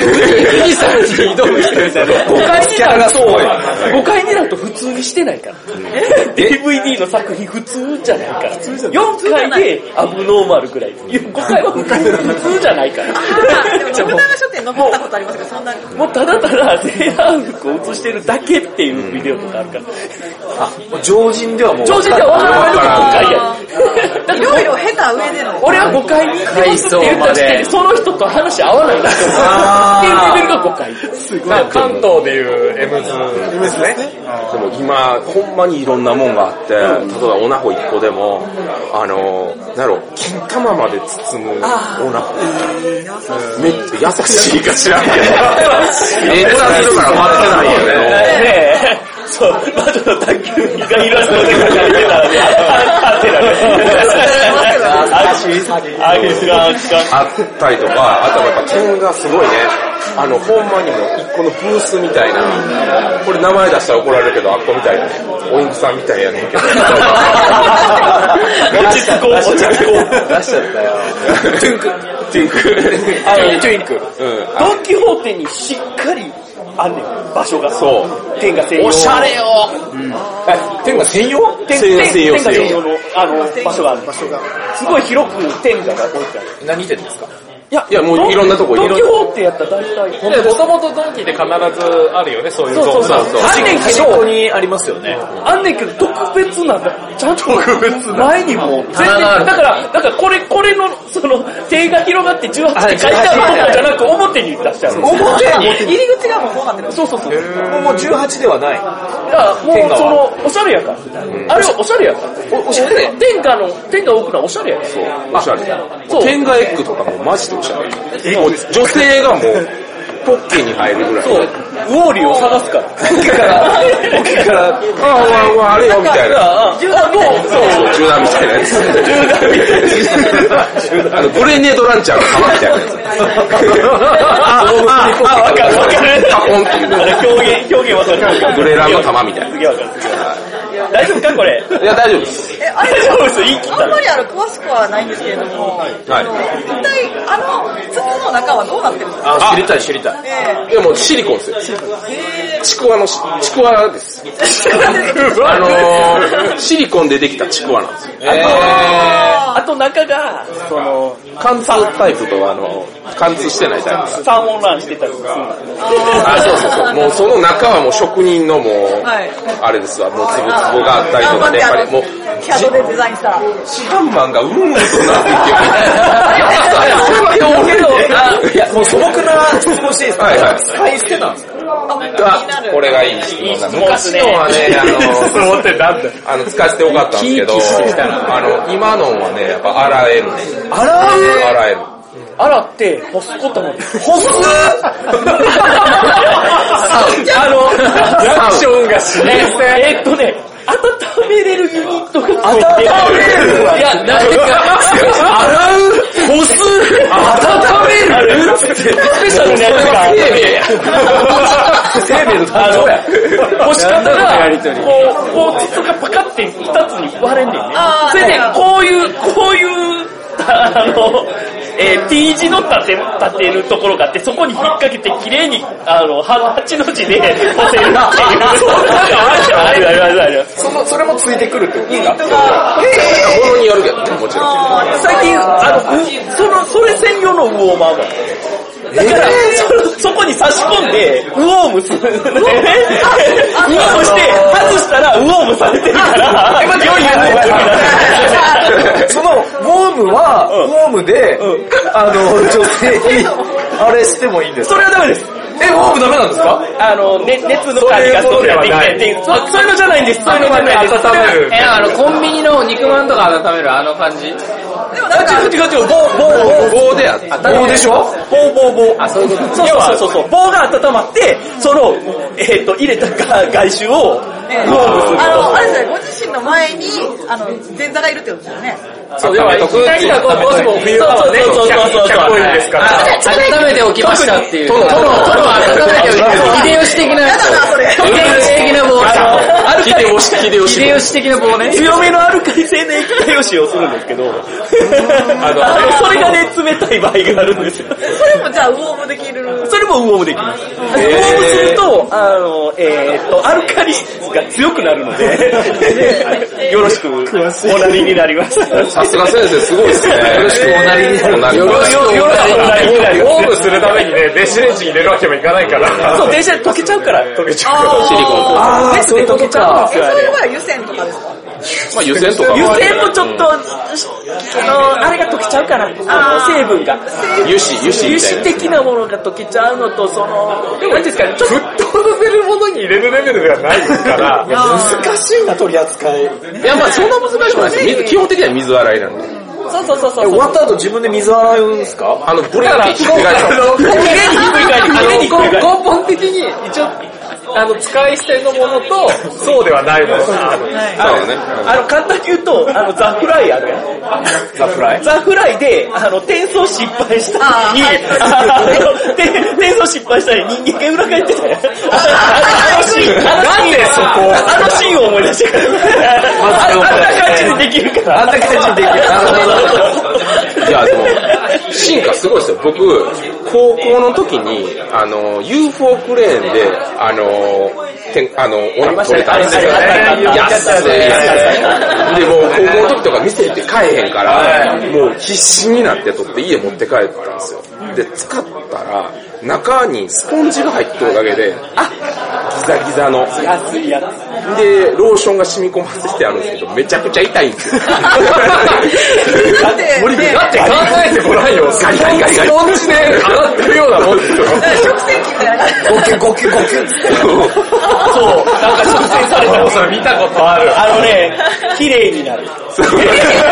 S1: 兄さんに挑む人みたいな。
S2: 5階になると、5階になると普通にしてないから。DVD の作品普通じゃないから。4階でアブノーマルぐらい。5階は普通普通じゃないから。
S5: あ でも、信長書店登ったことありますけど、そんなに。
S2: もうただただレイアウトを映してるだけっていうビデオとかあるから。
S3: 常人ではもう。
S2: 常人では分からないのが5階や
S5: いろいろ下手上での。
S2: 俺は5階に行ってますって言った時点で、その人と話合わないんだと思う。っていうレベルが5階。
S4: まあ関東でいう M ズ。
S1: でも今、ほんまにいろんなもんがあって、例えばオナホ1個でも、あの、なんやろ、金玉まで包むオナホ。めっちゃ優しいか知ら んけど。ええ値段するから割ってないよね。
S2: ねえ、そう、魔女の卓球がイラストで描かれてたらね、あってなね。あげすらしか。
S1: あったりとか、あとはやっぱ点がすごいね。あの、ほんまにもう一個のブースみたいな、これ名前出したら怒られるけど、あっこみたいなね、おインクさんみたいやねんけど。
S2: 落ち着こう、落ち着こう。
S3: 出しちゃったよ。
S1: トゥンク、トゥンク。
S2: あの、チュインク。
S1: うん、
S2: ドン・キホーテにしっかりあんねん、場所が。
S1: そう。
S2: 天下専用。おしゃれよ天下専用天
S1: 専用専用
S2: 天下専用の、あの、場所がある。場所が。すごい広く天下が置いてある。
S3: 何点ですか
S2: いや
S1: いやもういろんなとこ
S2: ドン
S1: いろん
S2: キ
S1: な
S2: ホーってやったら大体、
S4: で、もともとドンキって必ずあるよね、そういうゾーン
S2: そうそう
S1: そうそう
S2: あんねんけ
S3: そこ
S2: ど、
S3: にありますよね。
S2: あんねんけど、特別な、ちゃんと特別前にも、全然、だから、だからこれ、これの、その、手が広がって18って書いてあるとこじゃなく、表に出してある。
S3: 表に
S5: 入り口がもうそうなってる
S2: そうそうそう。
S3: もう18ではない。
S2: だからもうそのおしゃれやから、あれはおしゃれやからおしゃれ天下の天下多くのはおしゃれやから
S1: おしゃれ。そう。天外エッグとかもマジでおしゃれ。もう女性がもう、ポッケに入るぐらい。そう。
S2: ウォーリーを探すから
S1: ああ、あれよ、みたいな。
S5: 銃弾みたいな
S1: そうそう、銃弾みたいなやつ。銃弾みたいな。 あの、グレネードランチャーの弾みたいなやつ。あ、あ、あ、わかるわかる。パコンっていう。
S2: 表現表現わかる
S1: グレランの弾みたいな。い
S2: わかる大丈夫かこれ
S1: や、大丈夫です。
S5: えあれ
S2: 大丈夫です言い切った
S5: あんまりあの詳しくはないんですけれども、
S1: はい
S5: あの一体あの筒の中はどうなってるんですか
S3: あ、知りたい知りたい。
S5: え
S1: いや、もうシリコンですよ。ちくわのし、ちくわです。あのー、シリコンでできたちくわなんですよ。
S2: あと中がその
S1: 貫通タイプとあの、貫通してないタイプ。
S2: サーモンランしてたりするんだけど
S1: あ、そうそうそう。もうその中はもう職人のもう、
S5: はい
S1: あれですわ、もうつぶつぼがあったりと
S5: 頑張
S1: か
S5: っ
S1: で、
S5: て
S1: やっぱ
S5: あ
S1: りもう
S5: の、キャドでデザインした
S1: 市販マンがうんうんとなっていけば、
S3: いや、もう素朴な質問していいですか
S1: はいはい
S3: 使い捨てなんですか
S1: あこれがいい質問だ。昔のはね、
S4: 質問ってなんだよ。
S1: あの、あの使ってよかったんですけど、あの、今のはね、やっぱ洗えるんですよ。
S3: 洗う
S1: 洗える。
S2: 洗って干すことも
S3: 干す
S2: あの
S4: アクションがしね
S2: えっとね温めれるユニットがついて
S3: 温めれる
S2: いやなんでか
S3: 干す温める
S2: スペシャルなやつが
S3: 生命や。生命の
S2: あ
S3: 誕
S2: の
S3: 生や。、
S2: 干し方
S3: の
S2: が
S3: やりとり、
S2: こう、こう、筒がパカって二つに割れんねんね
S5: あ。ー
S2: それで
S5: はいは、い
S2: こういう、こういう、あの、えー T 字の立て、立てるところがあって、そこに引っ掛けて、綺麗に、あの、は8の字で干せるっていう。そんなのあるじゃないあるあるある
S3: その、それもついてくるってことですか
S1: ものによるけどね、もちろん。
S2: 最近、あの、うその、それ専用のウォーマーが。だから、そ、そこに差し込んで、ウォームする。ウォームして、外したらウォームされてるから、良いやつ
S3: その、ウォームは、ウォームで、あの、女性に、あれしてもいいんです
S2: それはダメです。
S3: え、ウォームダメなんですか
S2: あの、ね、熱の管理がどうやっていっていうそうそういうのじゃないんです。そういうのじゃないです。
S3: 温める
S6: え、あの、コンビニの肉まんとか温めるあの感じ
S5: でもなんか
S2: 違う違う、棒、棒、棒。
S1: 棒であって、
S3: 棒でしょ
S2: 棒、棒、棒。
S6: あ、そういうこと
S2: そうそうそうそう。棒が温まって、その、えっと、入れた外周を、ウォームする。
S5: あの、あれですね、ご自身の前に、あの、前座がいるってことですよね。
S1: そう、やっぱり
S4: 光がこう、もしも冬はね、
S2: そうそうそうそう
S4: 100ポイントですから。
S6: 温めておきましたっていう。
S1: 特
S6: ト
S1: に
S6: ロ、トロ温めておきました。秀吉的なやつ。 秀吉的な棒
S2: ある
S1: 秀吉、秀吉。
S6: 秀吉的な棒ね。
S2: 強めのアルカリ性の液体を使用するんですけど、あの、 それがね、冷たい場合があるんですよ。
S5: それもじゃあ、ウォームできる。
S2: それもウォームできます。ウォームすると、あの、えーっと、アルカリが強くなるので、よろしく、おなりになります。
S1: さすが先生すごいですね。よろしくおなりに。おなりに。
S4: よろしくおなりになります。ウォームするためにね、電子レンジに入れるわけにもいかないから。
S2: そう、電車で溶けちゃうから、溶けちゃう。
S1: シリコンとか。
S3: あー、そういうことか。
S5: え、そういう場合は湯煎とかですか
S1: まあ湯煎とか
S2: 油
S1: も。
S2: 性もちょっと、あの、あれが溶けちゃうから、あの、成分が。
S1: 油脂、油脂
S2: 油
S1: みたい
S2: 脂
S1: な。
S2: 的なものが溶けちゃうのと、その、何ですかね、ちょっと、
S4: 沸騰させるものに入れるレベルではないですから。
S3: 難しいな、取り扱い。
S1: いや、まあそんな難しくないです。水基本的には水洗いなんで。
S2: そうそうそうそう
S3: え。終わった後自分で水洗うんですか
S1: あの、ブレーキひっくり返す。
S2: にひっくり返る
S6: 根本的に、一応、あの、使い捨てのものと、
S4: そうではないものがある。
S1: そうね。
S2: あの、簡単に言うと、あの、ザ・フライあるやん。
S3: ザフライ
S2: ザ・フライで、あの、転送失敗したのに、あのて転送失敗したのに人間が裏返ってたよ。あのシーン、なんでそこあのシーンを思い出してくれああんな感じでできるから。あんな感じでできる。
S1: いや、でも、進化すごいですよ。僕、高校の時に、あの、UFO クレーンで、あの、てあの、降りましたね。あれですよね。安いやつで、もう高校の時とか店行って買えへんから、もう必死になって取って家持って帰ったんですよ。で、使ったら、中にスポンジが入ってるだけで、あギザギザの。
S2: 安いやつ。
S1: で、ローションが染み込ませてあるんですけど、めちゃくちゃ痛いんです よ。
S5: だって、ね、
S1: だって考えてもらえよ。ガリガリガリガリ。スポンジで上がってるようなもんですよ。
S5: 食洗機みたいな。
S4: そう、なんか調整されたのそれ見たことある。
S2: あのね、綺麗になる。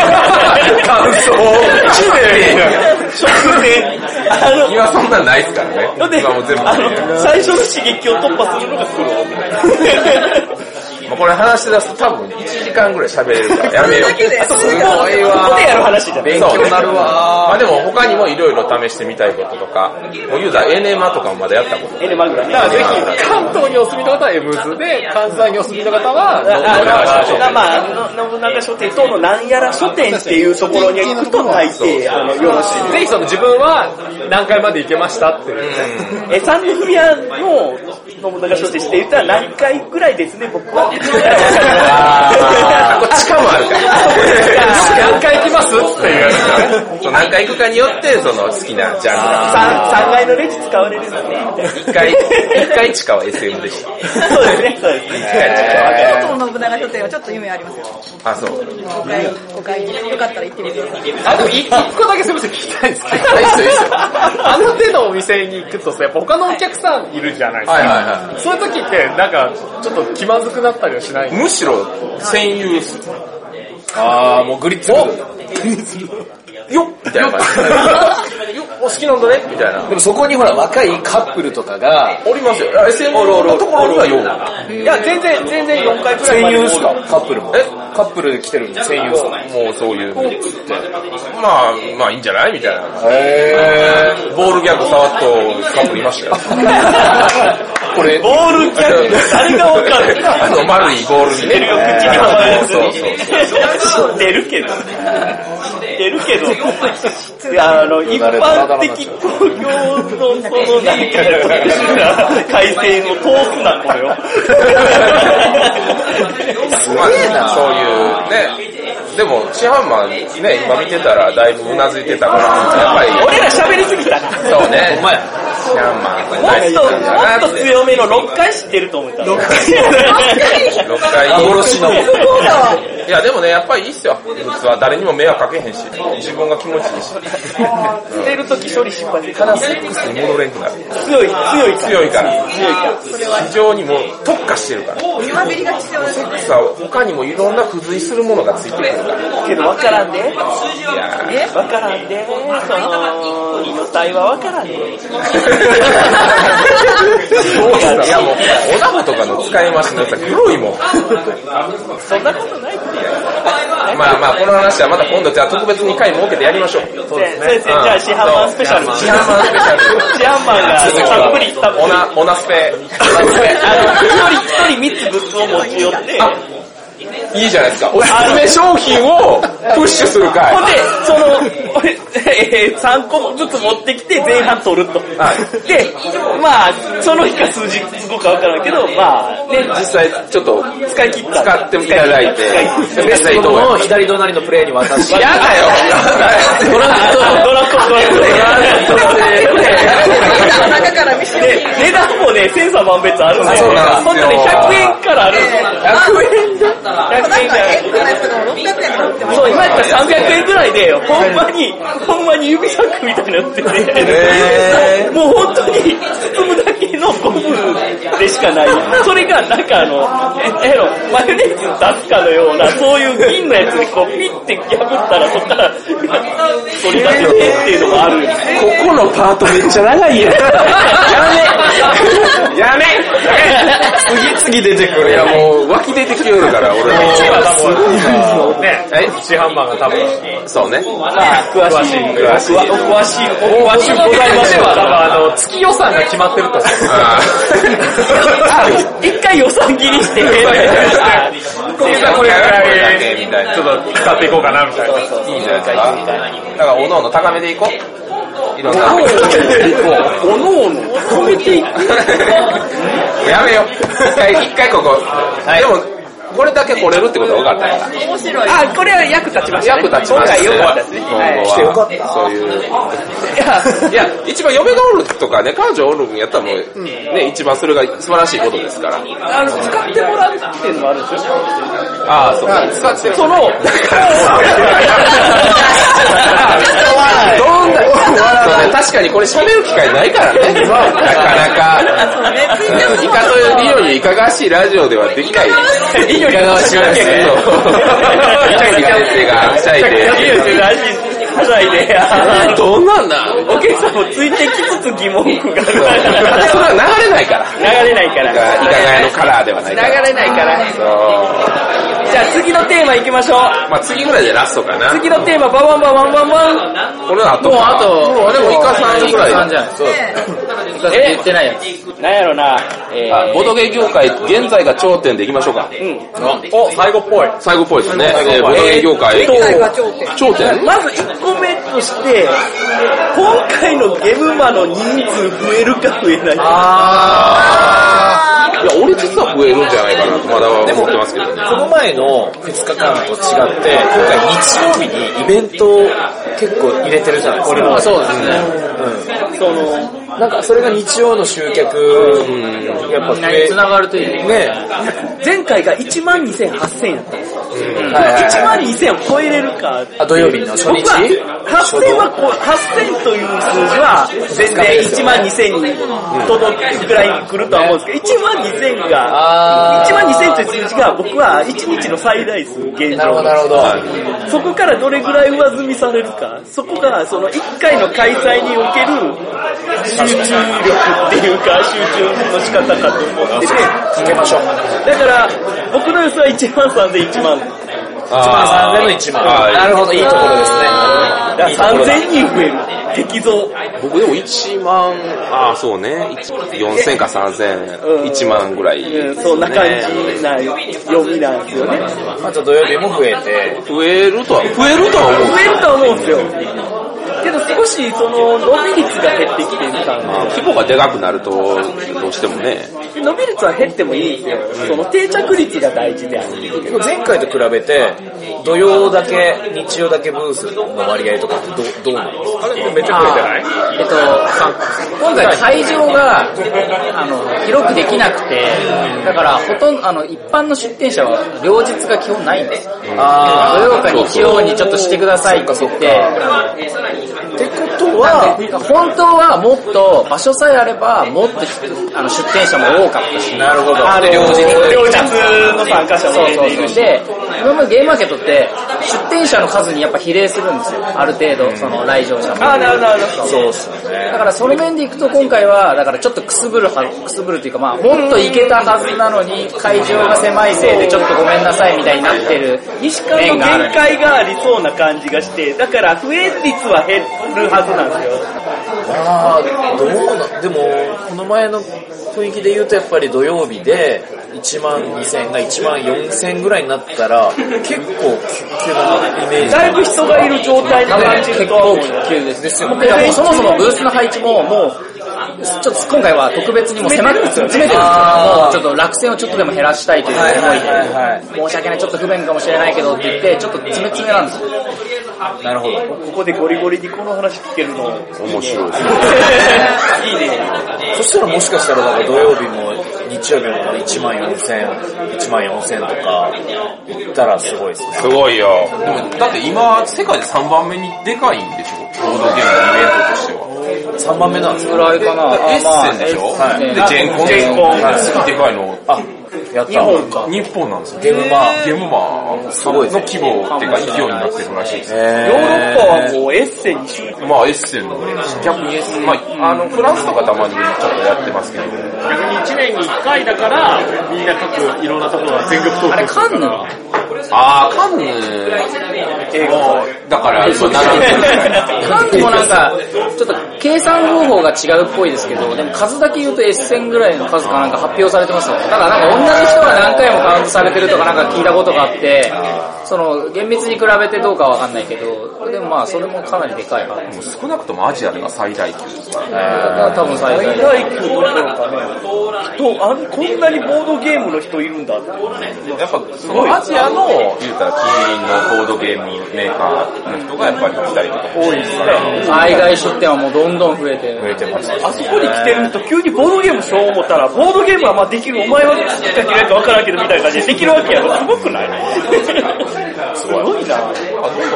S1: 感想
S2: 食前。あの、
S1: 今そんなんないっすから
S2: ほんで
S1: ね。今もう全部
S2: あ
S1: 見える。
S2: の、最初の刺激を突破するのがプロ。
S1: まあこれ話し出すと多分1時間ぐらい喋れるからやめよ
S5: それだけで
S1: う。すごいわ。
S2: ここでやる話じゃない
S1: 勉強になるわ。まあでも他にもいろいろ試してみたいこととか、もうユーザーエネマとかもまだやったことない。
S2: エネマグラね。
S4: だからぜひ、関東にお住みの方は M ズで、関西にお住みの方は、
S2: ああの、まあ、あの信長書店等のなんやら書店っていうところに行くと大抵、あの、よろしい。
S4: ぜひその自分は何回まで行けましたっていうね。
S2: え、三の組屋の信長書店して言ったら何回ぐらいですね、僕は。
S1: あーこっちかもあるから。
S4: 何回行きますっていうやつだね。
S1: そう何回行くかによって、その好きなジャンルが。
S2: 三三階のレジ使われるんですね、みたいな。
S1: 一回、一回地下は SM でした。
S2: そうですね、そうですね。
S5: 京都の信長書店はちょっと夢ありますよ。
S1: あ、そう。
S5: ご会ご会議よかったら行ってみてください。
S4: あ、でもい一個だけすみません、聞きたいんですけど。あの手のお店に行くとさ、やっぱ他のお客さんいるじゃないですか。
S1: はいはいは
S4: そういう時って、なんか、ちょっと気まずくなったりはしない
S1: い。むしろ、占有っす。
S3: あー、もうグリッツ。
S1: よっみたいな感 じ。よっお好きなんだねみたいな。
S3: でもそこにほら、若いカップルとかが、
S1: おりますよ。SM のところにはよう。
S2: いや、全然、全然4回くらい
S3: 専
S2: まで
S3: 用っすかカップルも。えカップルで来てるんで、専用っすか
S1: もうそういう。まあ、まあいいんじゃないみたいな。
S3: へ
S1: ボールギャグ触っとカップいま したよ。
S3: ー。これ、
S2: ボールキャッチ、誰がわかる
S1: あの丸い ボールに。
S2: 出るよ、口にはまるやつ
S1: そうそうそう。
S2: に。出るけど。出るけど。いや、あの、一般的工業のそのなんか特殊な回線を通すな、これを。
S1: まあ、そういうね。でも、市販マンね、今見てたらだいぶうなずいてたから、やっぱり、
S2: 俺ら喋りすぎたな。
S1: そうね。お前、市販マン
S2: もっ
S1: 大好きなんだ
S2: と、
S1: な
S2: もっ
S1: っ
S2: と
S1: て。
S2: 強めの6回知ってると思った。6回
S1: 6回
S3: 幻の。
S1: いやでもね、やっぱりいいっすよ。実は誰にも迷惑かけへんし、自分が気持ちいいし、
S2: 捨てるとき処理失敗して
S1: ただセックスに戻れんくなる。
S2: 強い、強いから。
S1: 強いから。非常にもう特化してるから。
S5: リハビリが必要です。
S1: さあ、他にもいろんな付随するものがついてくるから。
S2: けど分からんで。分
S1: いやー
S2: からんで。その、胃の体は分からんで。
S1: そうしたらいやもう、おなごとかの使い回しのやつは黒いもん。
S2: そんなことないって。
S1: まあまあ、この話はまた今度じゃあ特別に回設けてやりましょう。
S2: 先生、じゃあ市販マンスペシャル。
S1: 市販版スペシャル。
S2: 市販マンがたっぷり、たっぷ
S1: オ
S2: り。あ
S1: ナ、オナスペ。
S2: の、一人一人3つ物を持ち寄って、
S1: いいじゃないですか。おすすめ商品をプッシュする回。
S2: ほんで、その、俺えー、3個ずつ持ってきて前半取ると。
S1: はい
S2: で、まあ、その日か数日後か分からんけど、まあ、ね、
S1: 実際ちょっと
S2: 使い切った。
S1: 使っていただいて、
S3: ベ
S1: 実
S3: ス
S1: 際
S3: ト
S1: どうや
S3: の左隣のプレイに渡し
S1: や
S3: て、
S1: だよ
S2: ドラフト、ドラフト、ドラフト。
S5: の中から見せて。
S2: で、値段もね、千差万別あるんで、
S1: そうなんで
S2: 本
S1: す
S2: 当
S1: よ
S2: に100円からあるんですよ。
S1: 100円だ
S5: なん
S2: 100
S5: か
S2: 円じゃない
S5: エッグのやつが600円とか売ってます。
S2: そう、今やったら300円ぐらいで、ほんまに、ほんまに指サックみたいになって
S1: へ
S2: て、もう本当に包むだけのゴムでしかない。それがなんかあの、ええの、マヨネーズ出すかのような、そういう銀のやつでこう、ピッて破ったら、そっから、取り出せてっていうのもある。
S1: ここのパートめっちゃ長 いやん。やめやめ次々出てくる。いやもう湧き出てきよるから、俺は。
S4: すごいな。ね、
S1: はい
S4: 市販マンが多分、
S1: そうね。
S2: 詳しい、詳しい、お詳しい、お詳しい、ございまし
S4: で
S2: ょう
S4: は多分あの、月予算が決まってると思う。
S1: あー
S2: 一回予算切りして、
S1: 実はこれぐらいみたいな。
S4: ちょっと使っていこうかなみたいな。
S1: いいんじゃないですか。だから、おのおの高めでいこう。いろんな。
S2: おのおの止めていく。
S1: やめよう。一回、一回ここ。でも、これだけ来れるってことは分かったから。
S5: 面白い。
S2: あ、これは役立ちましたね。
S1: 役立ちました
S2: 今回良かったですね。はい
S1: 来てよかった。そういう。いや、一番嫁がおるとかね、彼女おるんやったらもう、ね、一番それが素晴らしいことですから。
S2: あの、使ってもらうっていうのもあるんですよ。
S1: ああ、そうか。使って、その、どんな、そうね確かにこれ喋る機会ないからね。なかなか。
S5: そうね、ツイキャス
S1: い
S5: も
S1: かという理由にいかがわしいラジオではできない。いいよりかがわしいラジオ。いい先生がはしゃい
S2: いや、
S1: で。
S2: 別に大事はしゃいで、あの
S1: どんなんな
S2: お客さんもついてきつつ疑問符が
S1: それは流れないから。
S2: 流れないか。
S1: いからがやのカラーではないから。
S2: 流れないから。
S1: そう。
S2: じゃあ次のテーマ行きましょう。
S1: まあ次ぐらいでラストかな。
S2: 次のテーマ、ババンババンバンバン。
S1: これあと。
S6: もうあと、
S1: もうでもイカさんぐらい。
S6: イカさんじゃないそう。イカさん言ってないやつ。
S2: なんやろな、え
S1: あボドゲ業界、現在が頂点でいきましょうか。
S2: ー、お、最後っぽい。
S1: 最後っぽいですね。えーボドゲ業界。
S5: が頂点。
S1: 頂点
S2: まず1個目として、今回のゲブマの人数増えるか増えないか。
S1: いや、俺実は増えるんじゃないかなと、まだ思ってますけどね。
S3: この前の2日間と違って、今回日曜日にイベントを結構入れてるじゃないですか。そうですね。
S2: その、
S3: なんかそれが日曜の集客、やっぱ
S6: みんなに繋がるといいね。
S3: ね、
S2: 前回が1万2000、円やったんですよ。
S3: はいはい
S2: 1万2000を超えれるか。
S3: あ土曜日の初
S2: 僕
S3: 日
S2: は、8000はこう、8000という数字は、全然1万2000に届くくらい来るとは思うんですけど、1万2000が、1万2000という数字が僕は1日の最大数、現
S3: なるほ
S2: 状
S3: ど、。なるほど。
S2: そこからどれぐらい上積みされるか、そこがその1回の開催における集中力っていうか、集中の仕方かと思ってて、かけましょう。だから、僕の予想は1万3000、1万。
S1: あ
S3: 3000の1万。
S1: はい
S3: なるほど、いいところですね。
S2: だから3000人増える。激増。
S1: ー僕でも1万、ああ、そうね。4000か3000、1万ぐらい。
S2: うん、そんな感じな読みなんですよね。
S3: あと土曜日も増えて、
S1: 増えるとは、増えるとは思う。
S2: 増えるとは思うんですよ。けど少しその伸び率が減ってきてる感じ。
S1: まあ規模がでかくなると、どうしてもね。
S2: 伸び率は減ってもいいんですよ。その定着率が大事である。
S3: 結構前回と比べて、土曜だけ、日曜だけブースの割合とかってどうどうなの
S1: めっちゃ増えてない
S6: えっと、今回会場が、あの、広くできなくて、だから、ほとんど、あの、一般の出店者は、両日が基本ないんです。
S3: あ
S6: 土曜か日曜にちょっとしてくださいって言って、
S3: ってことは、
S6: 本当はもっと、場所さえあれば、もっとあの出店者も多かったし、
S3: なるほど。
S6: あの
S3: で両日
S2: 両日の参加者も
S6: そうそうそう。で、今までゲームマーケットって、出店者の数にやっぱ比例するんですよ。ある程度、その来場者も。
S2: あ、なるほど、なるほど。
S3: そうっすね。
S6: だからその面でいくと今回は、だからちょっとくすぶるは、くすぶるというかまあ、もっといけたはずなのに、会場が狭いせいでちょっとごめんなさいみたいになってる
S2: 西川の
S6: 面があ
S2: 限
S6: る。
S2: 界がありそうな感じがして、だから増え率は減るはずなんですよ。
S3: ああ、どうな、でも、この前の雰囲気で言うとやっぱり土曜日で、1万2000が1万4000ぐらいになったら、結構急なイメージ。
S2: だいぶ人がいる状態に感じるとは思う。
S6: 急です。ですよね。もうそもそもブースの配置ももう、ちょっと今回は特別にもう狭く詰めてるんですよ。もうちょっと落選をちょっとでも減らしたいという思いで、申し訳ない、ちょっと不便かもしれないけどって言って、ちょっと詰め詰めなんですよ。
S3: なるほど。
S2: ここでゴリゴリにこの話聞ける の。
S1: 面白いですね。
S2: いいね。
S3: そしたらもしかしたらなんか土曜日も日曜日も1万4000、1万4000とか言ったらすごいですね。
S1: すごいよ。でも、だって今、世界で3番目にでかいんでしょボードゲームのイベントとしては。
S3: 3番目なんです
S6: ぐ
S3: よ。
S6: らいかな。
S1: エッセンでしょ、
S3: まあ
S1: で
S6: エッセ
S1: ジ
S6: ン、
S1: ェンコン
S2: ジェンコン
S1: でかいの、
S3: あ、やった。
S1: 日本なんですよ。
S3: ゲームマー。
S1: ゲームマンの規模っていうか勢いになってるらしいです。
S2: ヨーロッパはもうエッセンに集
S1: まあエッセンの、逆にエッセン、まあ、あの、フランスとかたまにちょっとやってますけど、
S4: 1年に1回だから、みんな各いろんなところが全力投
S6: あれ、カンヌ
S1: あー、カンヌ、
S2: 英語。
S1: だから、まあ並んでる
S6: カントもなんか、ちょっと計算方法が違うっぽいですけど、でも数だけ言うと S 0ぐらいの数かなんか発表されてますよね。だからなんか同じ人が何回もカウントされてるとかなんか聞いたことがあって、その、厳密に比べてどうかわかんないけど、でもまあそれもかなりでかいから。
S1: 少なくともアジアでは最大級ですからね。
S6: だから多分最大
S2: 大工の人かね。と、あんこんなにボードゲームの人いるんだって。
S1: やっぱ、すごい。アジアの、言うたら、近隣のボードゲームメーカーの人がやっぱり来たりとか多いですから、
S6: 海外出店はもうどんどん増えて
S1: 増えてます
S2: あそこに来てる人、急にボードゲームしよう思ったら、ボードゲームはまあできる、お前は作った嫌いかわからんけどみたいな感じでできるわけやろ。すごくないすごいな。
S1: あどんどん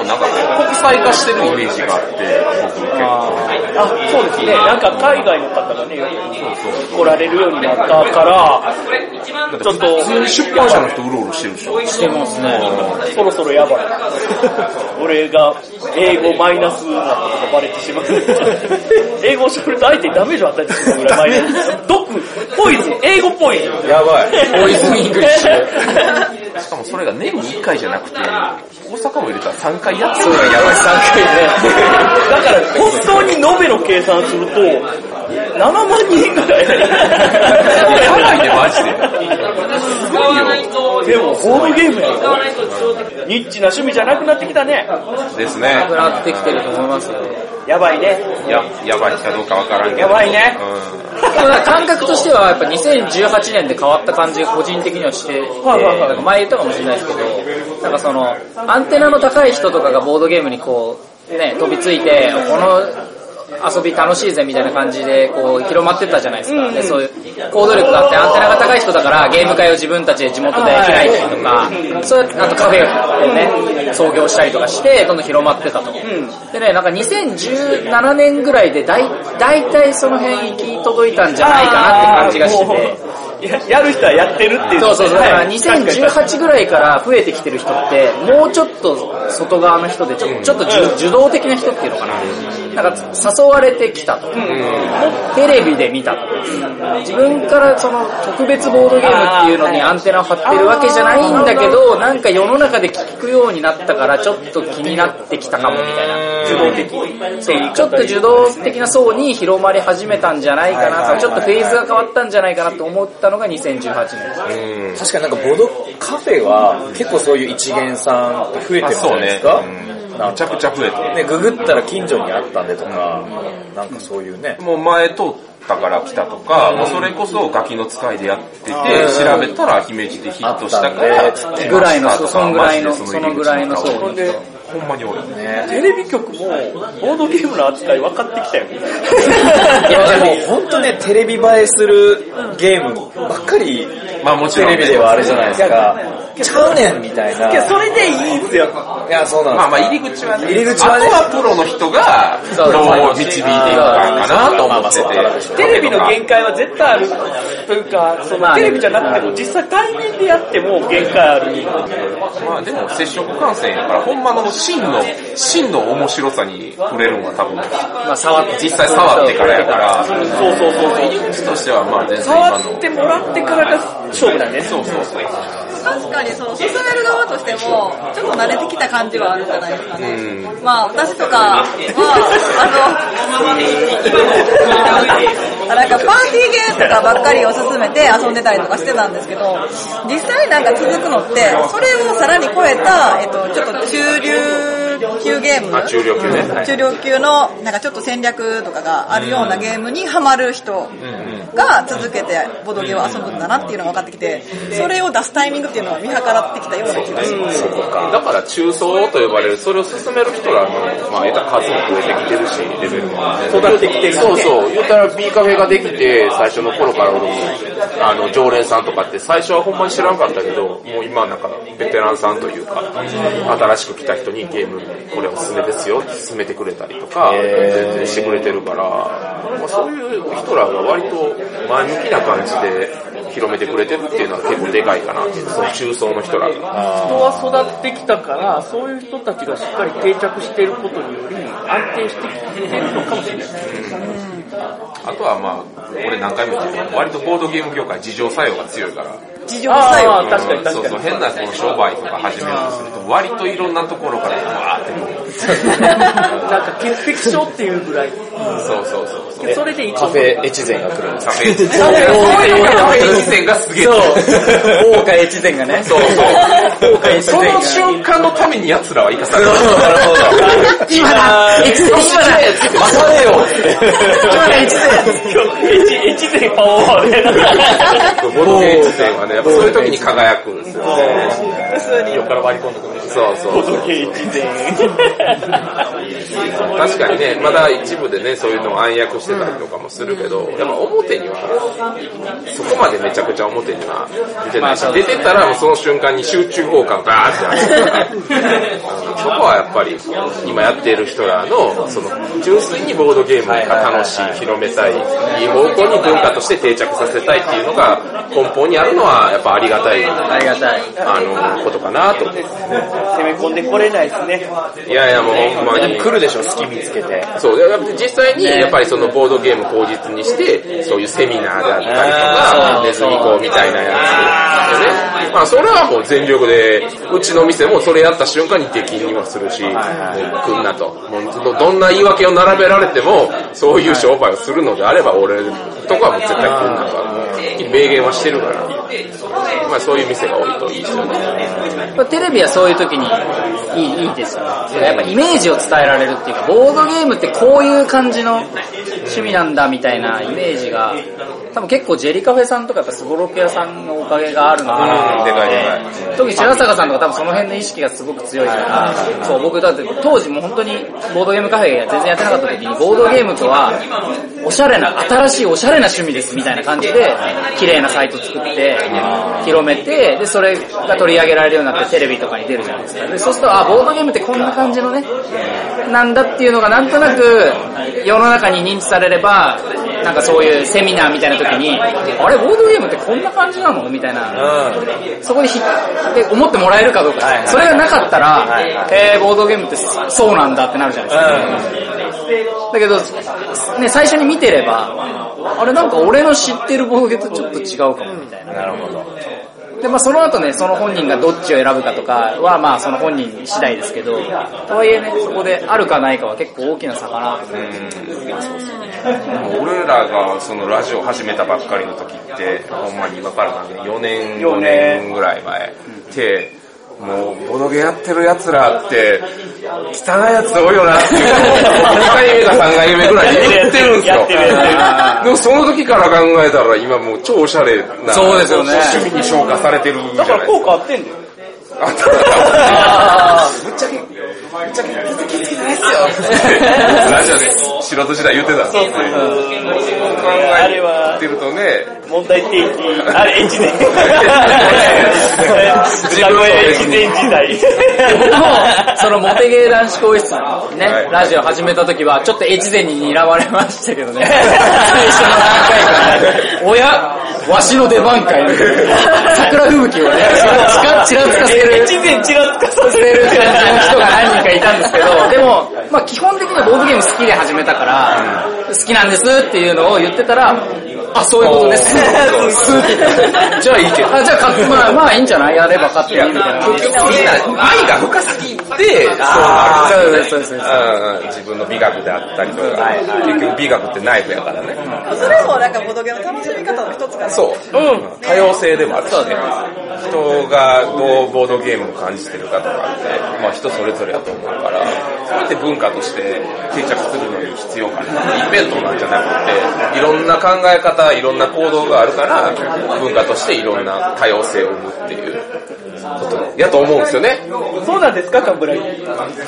S1: なんか国際化してるイメージがあって、僕結構。
S2: あ、そうですね。なんか海外の方がね、よく来られるようになったから、ちょっと、
S1: 出版社の人うろうろしてるでしょ。
S6: してますね。
S2: そろそろやばい。 俺が英語マイナスなことがバレてしま う。英語をしゃべると相手にダメージを与えてしまうぐらいマイナス。毒、ポイズン、英語ポイズン。
S1: やばい。
S6: ポイズンイングリッシュ。
S1: しかもそれが年に1回じゃなくて、大阪も入れたら3回やってるからやばい。
S6: 3回ね。
S2: だから本当に延べの計算すると、7万人ぐらい。
S1: やばいね、マジで。すごいよ。
S2: でも、ボードゲームやろ。ニッチな趣味じゃなくなってきたね。
S1: ですね。
S6: なくなってきてると思いますよ。
S2: やばいね。
S1: や、やばいかどうかわからんけど。
S2: やばいね
S1: うん。
S6: でもなんか感覚としては、やっぱ2018年で変わった感じが個人的にはしてて、
S2: はいはいはい
S6: なんか前言ったかもしれないですけど、なんかその、アンテナの高い人とかがボードゲームにこう、ね、飛びついて、この、遊び楽しいぜみたいな感じでこう広まってったじゃないですか。で、そういう行動力があってアンテナが高い人だからゲーム会を自分たちで地元で開いたりとか、そうやってあとカフェをね、創業したりとかして、どんどん広まってたと。でね、なんか2017年ぐらいでだい、だいたいその辺行き届いたんじゃないかなって感じがしてて。
S2: て。ややる人はやってるっていう。
S6: そうそうそう。だ
S2: は
S6: か
S2: い
S6: ら2018ぐらいから増えてきてる人って、もうちょっと外側の人で、ちょちょっとじゅ受動的な人っていうのかな。なんか誘われてきたと。テレビで見たと。自分からその特別ボードゲームっていうのにアンテナを張ってるわけじゃないんだけど、なんか世の中で聞くようになったから、ちょっと気になってきたかもみたいな。
S2: 受動的。
S6: そうちょっと受動的な層に広まり始めたんじゃないかなと、ちょっとフェーズが変わったんじゃないかなと思ったのが2018年。
S3: 確かになんかボードカフェは結構そういう一元さんって増えてるじゃないですか
S1: あそうねうん
S3: なんか
S1: めちゃくちゃ増えてる
S3: ね、ググったら近所にあったんでとか、なんかそういうね。
S1: もう前通ったから来たとか、もうそれこそガキの使いでやってて、調べたら姫路でヒットしたから、
S3: あったんで
S6: ぐらいの
S1: 来ましたと
S6: そ
S1: か
S6: んぐらい
S1: マ
S6: の
S1: ジで入り口
S6: そのぐらいの
S1: 顔
S6: そ
S2: ほんで、
S1: ほんまに多い。
S2: テレビ局も、ボードゲームの扱い分かってきたよ。
S3: いやでも本当ね、テレビ映えするゲームばっかり、
S1: まあもち
S3: テ
S1: ろん。
S3: レビではあれじゃないですか。ちゃうねんみたいな。
S2: いや、
S3: い
S2: それでいいんですよ。
S3: や、そうなんです
S1: まあまあ入り口はね。
S3: 入り口はね
S1: あとはプロの人が、プロを導いていくからかなと思ってて。
S2: テレビの限界は絶対ある。というか、そのテレビじゃなくても、実際対面でやっても限界ある。
S1: まあでも接触感染やから、ほんまの真の、真の面白さに触れるのは多分、
S6: まあ、触って、
S1: 実際触ってからやから、
S2: そうそうそうそう。
S1: 入り口としてはまあ全然今
S2: 触っ
S1: の。
S2: てもらってからが勝負だね。
S1: そうそうそう。
S5: 確かにその進める側としても、ちょっと慣れてきた感じはあるじゃないですかね。まあ私とかは、あの、なんかパーティーゲームとかばっかりを勧めて遊んでたりとかしてたんですけど、実際なんか続くのって、それをさらに超えた、えっと、ちょっと中流級ゲーム。
S1: あ中量級ねはい
S5: 中量級のなんかちょっと戦略とかがあるようなゲームにハマる人が続けてボドゲを遊ぶんだなっていうのが分かってきてそれを出すタイミングっていうのは見計らってきたような気がします
S1: だから中層と呼ばれる、それを進める人らの、まあ、得た数も増えてきてるし、レベルも、ね。育ってきてる
S10: そうそう、言ったら B カフェができて、最初の頃から俺も、あの、常連さんとかって、最初はほんまに知らんかったけど、もう今はなんか、ベテランさんというか、新しく来た人にゲーム、これおすすめですよって勧めてくれたりとか、全然してくれてるから、まあ、そういう人らが割と前向きな感じで、
S1: 広めてくれてるっていうのは結構でかいかなっていう、その中層の人らが。
S2: 人は育ってきたから、そういう人たちがしっかり定着していることにより、安定してきてるのかもし れない。
S1: あとはまあ、俺何回も言ってるけど割とボードゲーム業界事情作用が強いから、
S5: 事情さえ
S2: ああ、確かに確
S1: そう
S2: か
S1: そう、
S2: に。
S1: 変なこの商売とか始めようとすると、割といろんなところからわーってこう
S2: なんか潔癖症っていうぐらい。
S1: そうそうそうそう。
S2: それで一
S3: カフェ越前が来るんです
S1: カフェ越前。カフェ越前がすげえ。そう
S11: 大岡越前がね。
S1: そうそう。その瞬間のために奴らは生かされる。
S6: 今だ越前今だ
S3: まされよ
S6: 今だ越前
S4: 一時パワーで。
S1: ボドゲ越前はね、やっぱそういう時に輝くんですよね。
S4: 横から割り込んでくる。
S1: そうそうそう。確かにね、まだ一部でね、そういうのを暗躍してたりとかもするけど、やっぱ表には、そこまでめちゃくちゃ表には出てないし、出てたらもうその瞬間に集中砲火がバーってあるから、そこはやっぱり、今やっている人らの、その、純粋にボードゲームが楽しい、広めたい、いい方向に文化として定着させたいっていうのが根本にあるのは、やっぱありがたい、あ
S11: りがたい。
S1: の、ことかなと思う。
S2: 攻め込んでこれないですね。
S1: いやいやもうほんまに。
S3: 来るでしょ、好き見つけて。
S1: そう、で実際にやっぱりそのボードゲーム口実にして、そういうセミナーであったりとか、ネズミ講みたいなやつでね。まあそれはもう全力で、うちの店もそれやった瞬間に出禁にもするし、もう来んなと。もうどどんな言い訳を並べられても、そういう商売をするのであれば俺とかはもう絶対来んなとはもう明言はしてるから。まあそういう店が多いといいですよね。
S6: まあテレビはそういう時にいいいいですよね。やっぱイメージを伝えられるっていうか、ボードゲームってこういう感じの趣味なんだみたいなイメージが、多分結構ジェリカフェさんとかやっぱスゴロク屋さんのおかげがあるのかな
S1: でかいでかい。
S6: 特に白坂さんとか多分その辺の意識がすごく強いから、そう、僕だって当時もう本当にボードゲームカフェ全然やってなかった時に、ボードゲームとは、おしゃれな、新しいおしゃれな趣味ですみたいな感じで、綺麗なサイト作って、広めて、で、それが取り上げられるようになってテレビとかに出るじゃないですか。で、そうすると、あ、ボードゲームってこんな感じのね、なんだっていうのがなんとなく世の中に認知されれば、なんかそういうセミナーみたいな時に、あれ、ボードゲームってこんな感じなのみたいな。そこでひで思ってもらえるかどうか、それがなかったら、えー、ボードゲームってそそうなんだってなるじゃないですか。だけど、ね、最初に見てれば、あれなんか俺の知ってるボードゲームとちょっと違うかもみたいな。なるほど。で、まあその後ね、その本人がどっちを選ぶかとかは、まあその本人次第ですけど、とはいえね、そこであるかないかは結構大きな差かなと 思う。
S1: もう俺らがそのラジオ始めたばっかりの時って、ほんまに今からなんで4年、5年ぐらい前。で、もうボドゲやってる奴らって、汚い奴多いよな って、2回目か3回目ぐらいで言ってるんですよ。でもその時から考えたら今もう超おしゃれな、そうですよね。趣味に昇華されてるじゃ
S2: だか
S1: な
S2: ら
S1: いです
S2: 効
S1: か。
S2: 果あってんだよ。
S1: あだから ラジオで素人時代言ってたんですよ。そう考
S2: あれ
S1: え
S2: は
S1: てるとね、
S2: 問題提起、あれ、 越前。自分は越前時代。
S6: 僕も、 そのモテゲー男子更衣室のね、
S1: はい
S6: ラジオ始めた時は、ちょっと越前に睨まれましたけどね。最初の何回かね。おやわしの出番かよ。桜吹雪をね、ちらつかせる。
S2: 越前ちらつかさ
S6: 忘れる感じの人が何人かいたんですけど、でも、まあ基本的にはボードゲーム好きで始めたから、好きなんですっていうのを言ってたら、あ、そういうこと です。スーって言って じゃあいいけど。あ、じゃあ買って、 まあまあいいんじゃないやれば買っていいみたいな。そう
S1: みんな愛が深すぎて、そうある
S6: です、そうです。そう
S1: うん
S6: です
S1: うん自分の美学であったりとか、結局美学ってナイフやからね。
S5: それもなんかボドゲの楽しみ方の一つかな。
S1: そう。多様性でもあるしね。人がどうボードゲームを感じてるかとかって、まあ人それぞれだと思うから、そうやって文化として定着するのに必要かな。一辺倒なんじゃなくて、いろんな考え方、いろんな行動があるから、文化としていろんな多様性を生むっていうことやと思うんですよね。
S2: そうなんですか、カンブラギ。
S4: そうそ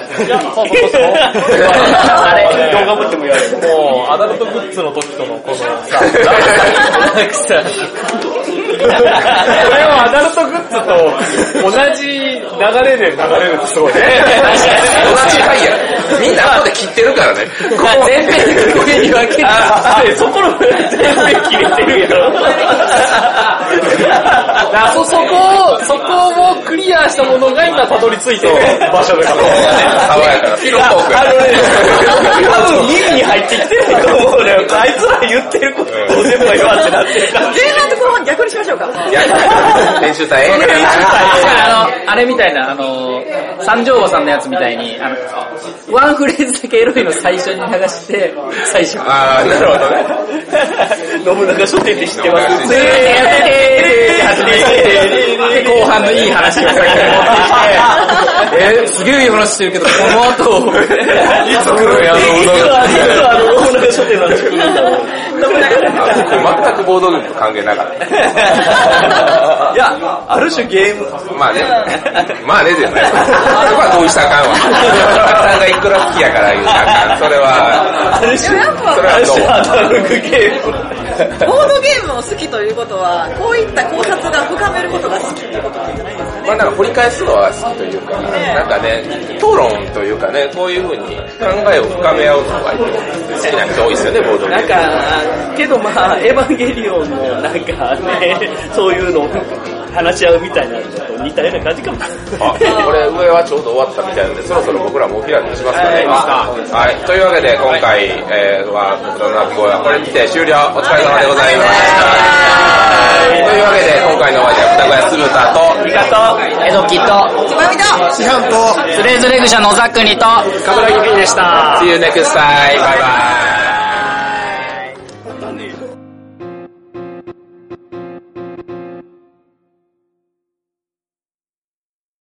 S4: うそう。
S2: あれ、動画持っても言われる。
S4: もう、アダルトグッズの時とのこの さ、これをアダルトグッズと同じ流れで流れるとすごいね。
S1: 同じ回 や。みんな後で切ってるから ね。
S6: 全編で上に分けて。
S4: あ、あれ、そこの全部切れてるやろ。そこを、そこをクリアしたものが今たどり着いてる場所だから。
S1: 爽やかなピロトークや
S2: あのね、多分耳に入ってきてないと思うのよ。あいつら言ってることどうでもええわってなってるから。
S5: 前半と後半逆にしましょうか。
S1: いや編集さん、ええね
S6: あの、あれみたいな、あの、三条馬さんのやつみたいに、あの、ワンフレーズだけエロいの最初に流して、最初。
S1: あー、なるほどね。
S2: 信長書店で知ってます。
S6: で、後半のいい話を先に持ってきて、えー、すげえいい話してるけど、この後、いつ来るんやろ
S2: いつはあの、信長書店の話来るんだろう。
S1: 全くボードゲームと関係なかっ
S2: いや、ある種ゲーム、
S1: た。まあね。まあね、じゃない。そこは同意したらあかんわ。おさんがいくら好きやから言うたらあかん。それは、
S2: ある
S5: でも
S2: 種、
S5: やっ
S1: それ
S5: ぱ、
S2: あ
S1: は
S2: る
S1: どう
S2: 種アナログゲーム。
S5: ボードゲームを好きということは、こういった考察が深めることが好きってことなんじゃないですかね。
S1: まあなんか掘り返すのは好きというか、なんかね、討論というかね、こういうふうに考えを深め合うのが好きな人多いですよね、ボードゲー
S2: な
S1: ム
S2: ん。か、けどまあ、エヴァンゲリオンもなんかね、そういうのを話し合うみたいな、ちょっと似たような感じかも。
S1: あ、これ上はちょうど終わったみたいなので、そろそろ僕らもお開きにしますかね。はい、というわけで今回、えー、は、僕の泣き声はこれにて終了。お疲れ様でございました。というわけで今回のお相手は双子屋酢豚と、
S2: ありがとう。
S6: 江戸木と、
S5: ちばみだ
S7: 師範と
S6: ズレズレグシャのザクニと、
S4: カブラギピーでした。
S1: See you next time. Bye bye.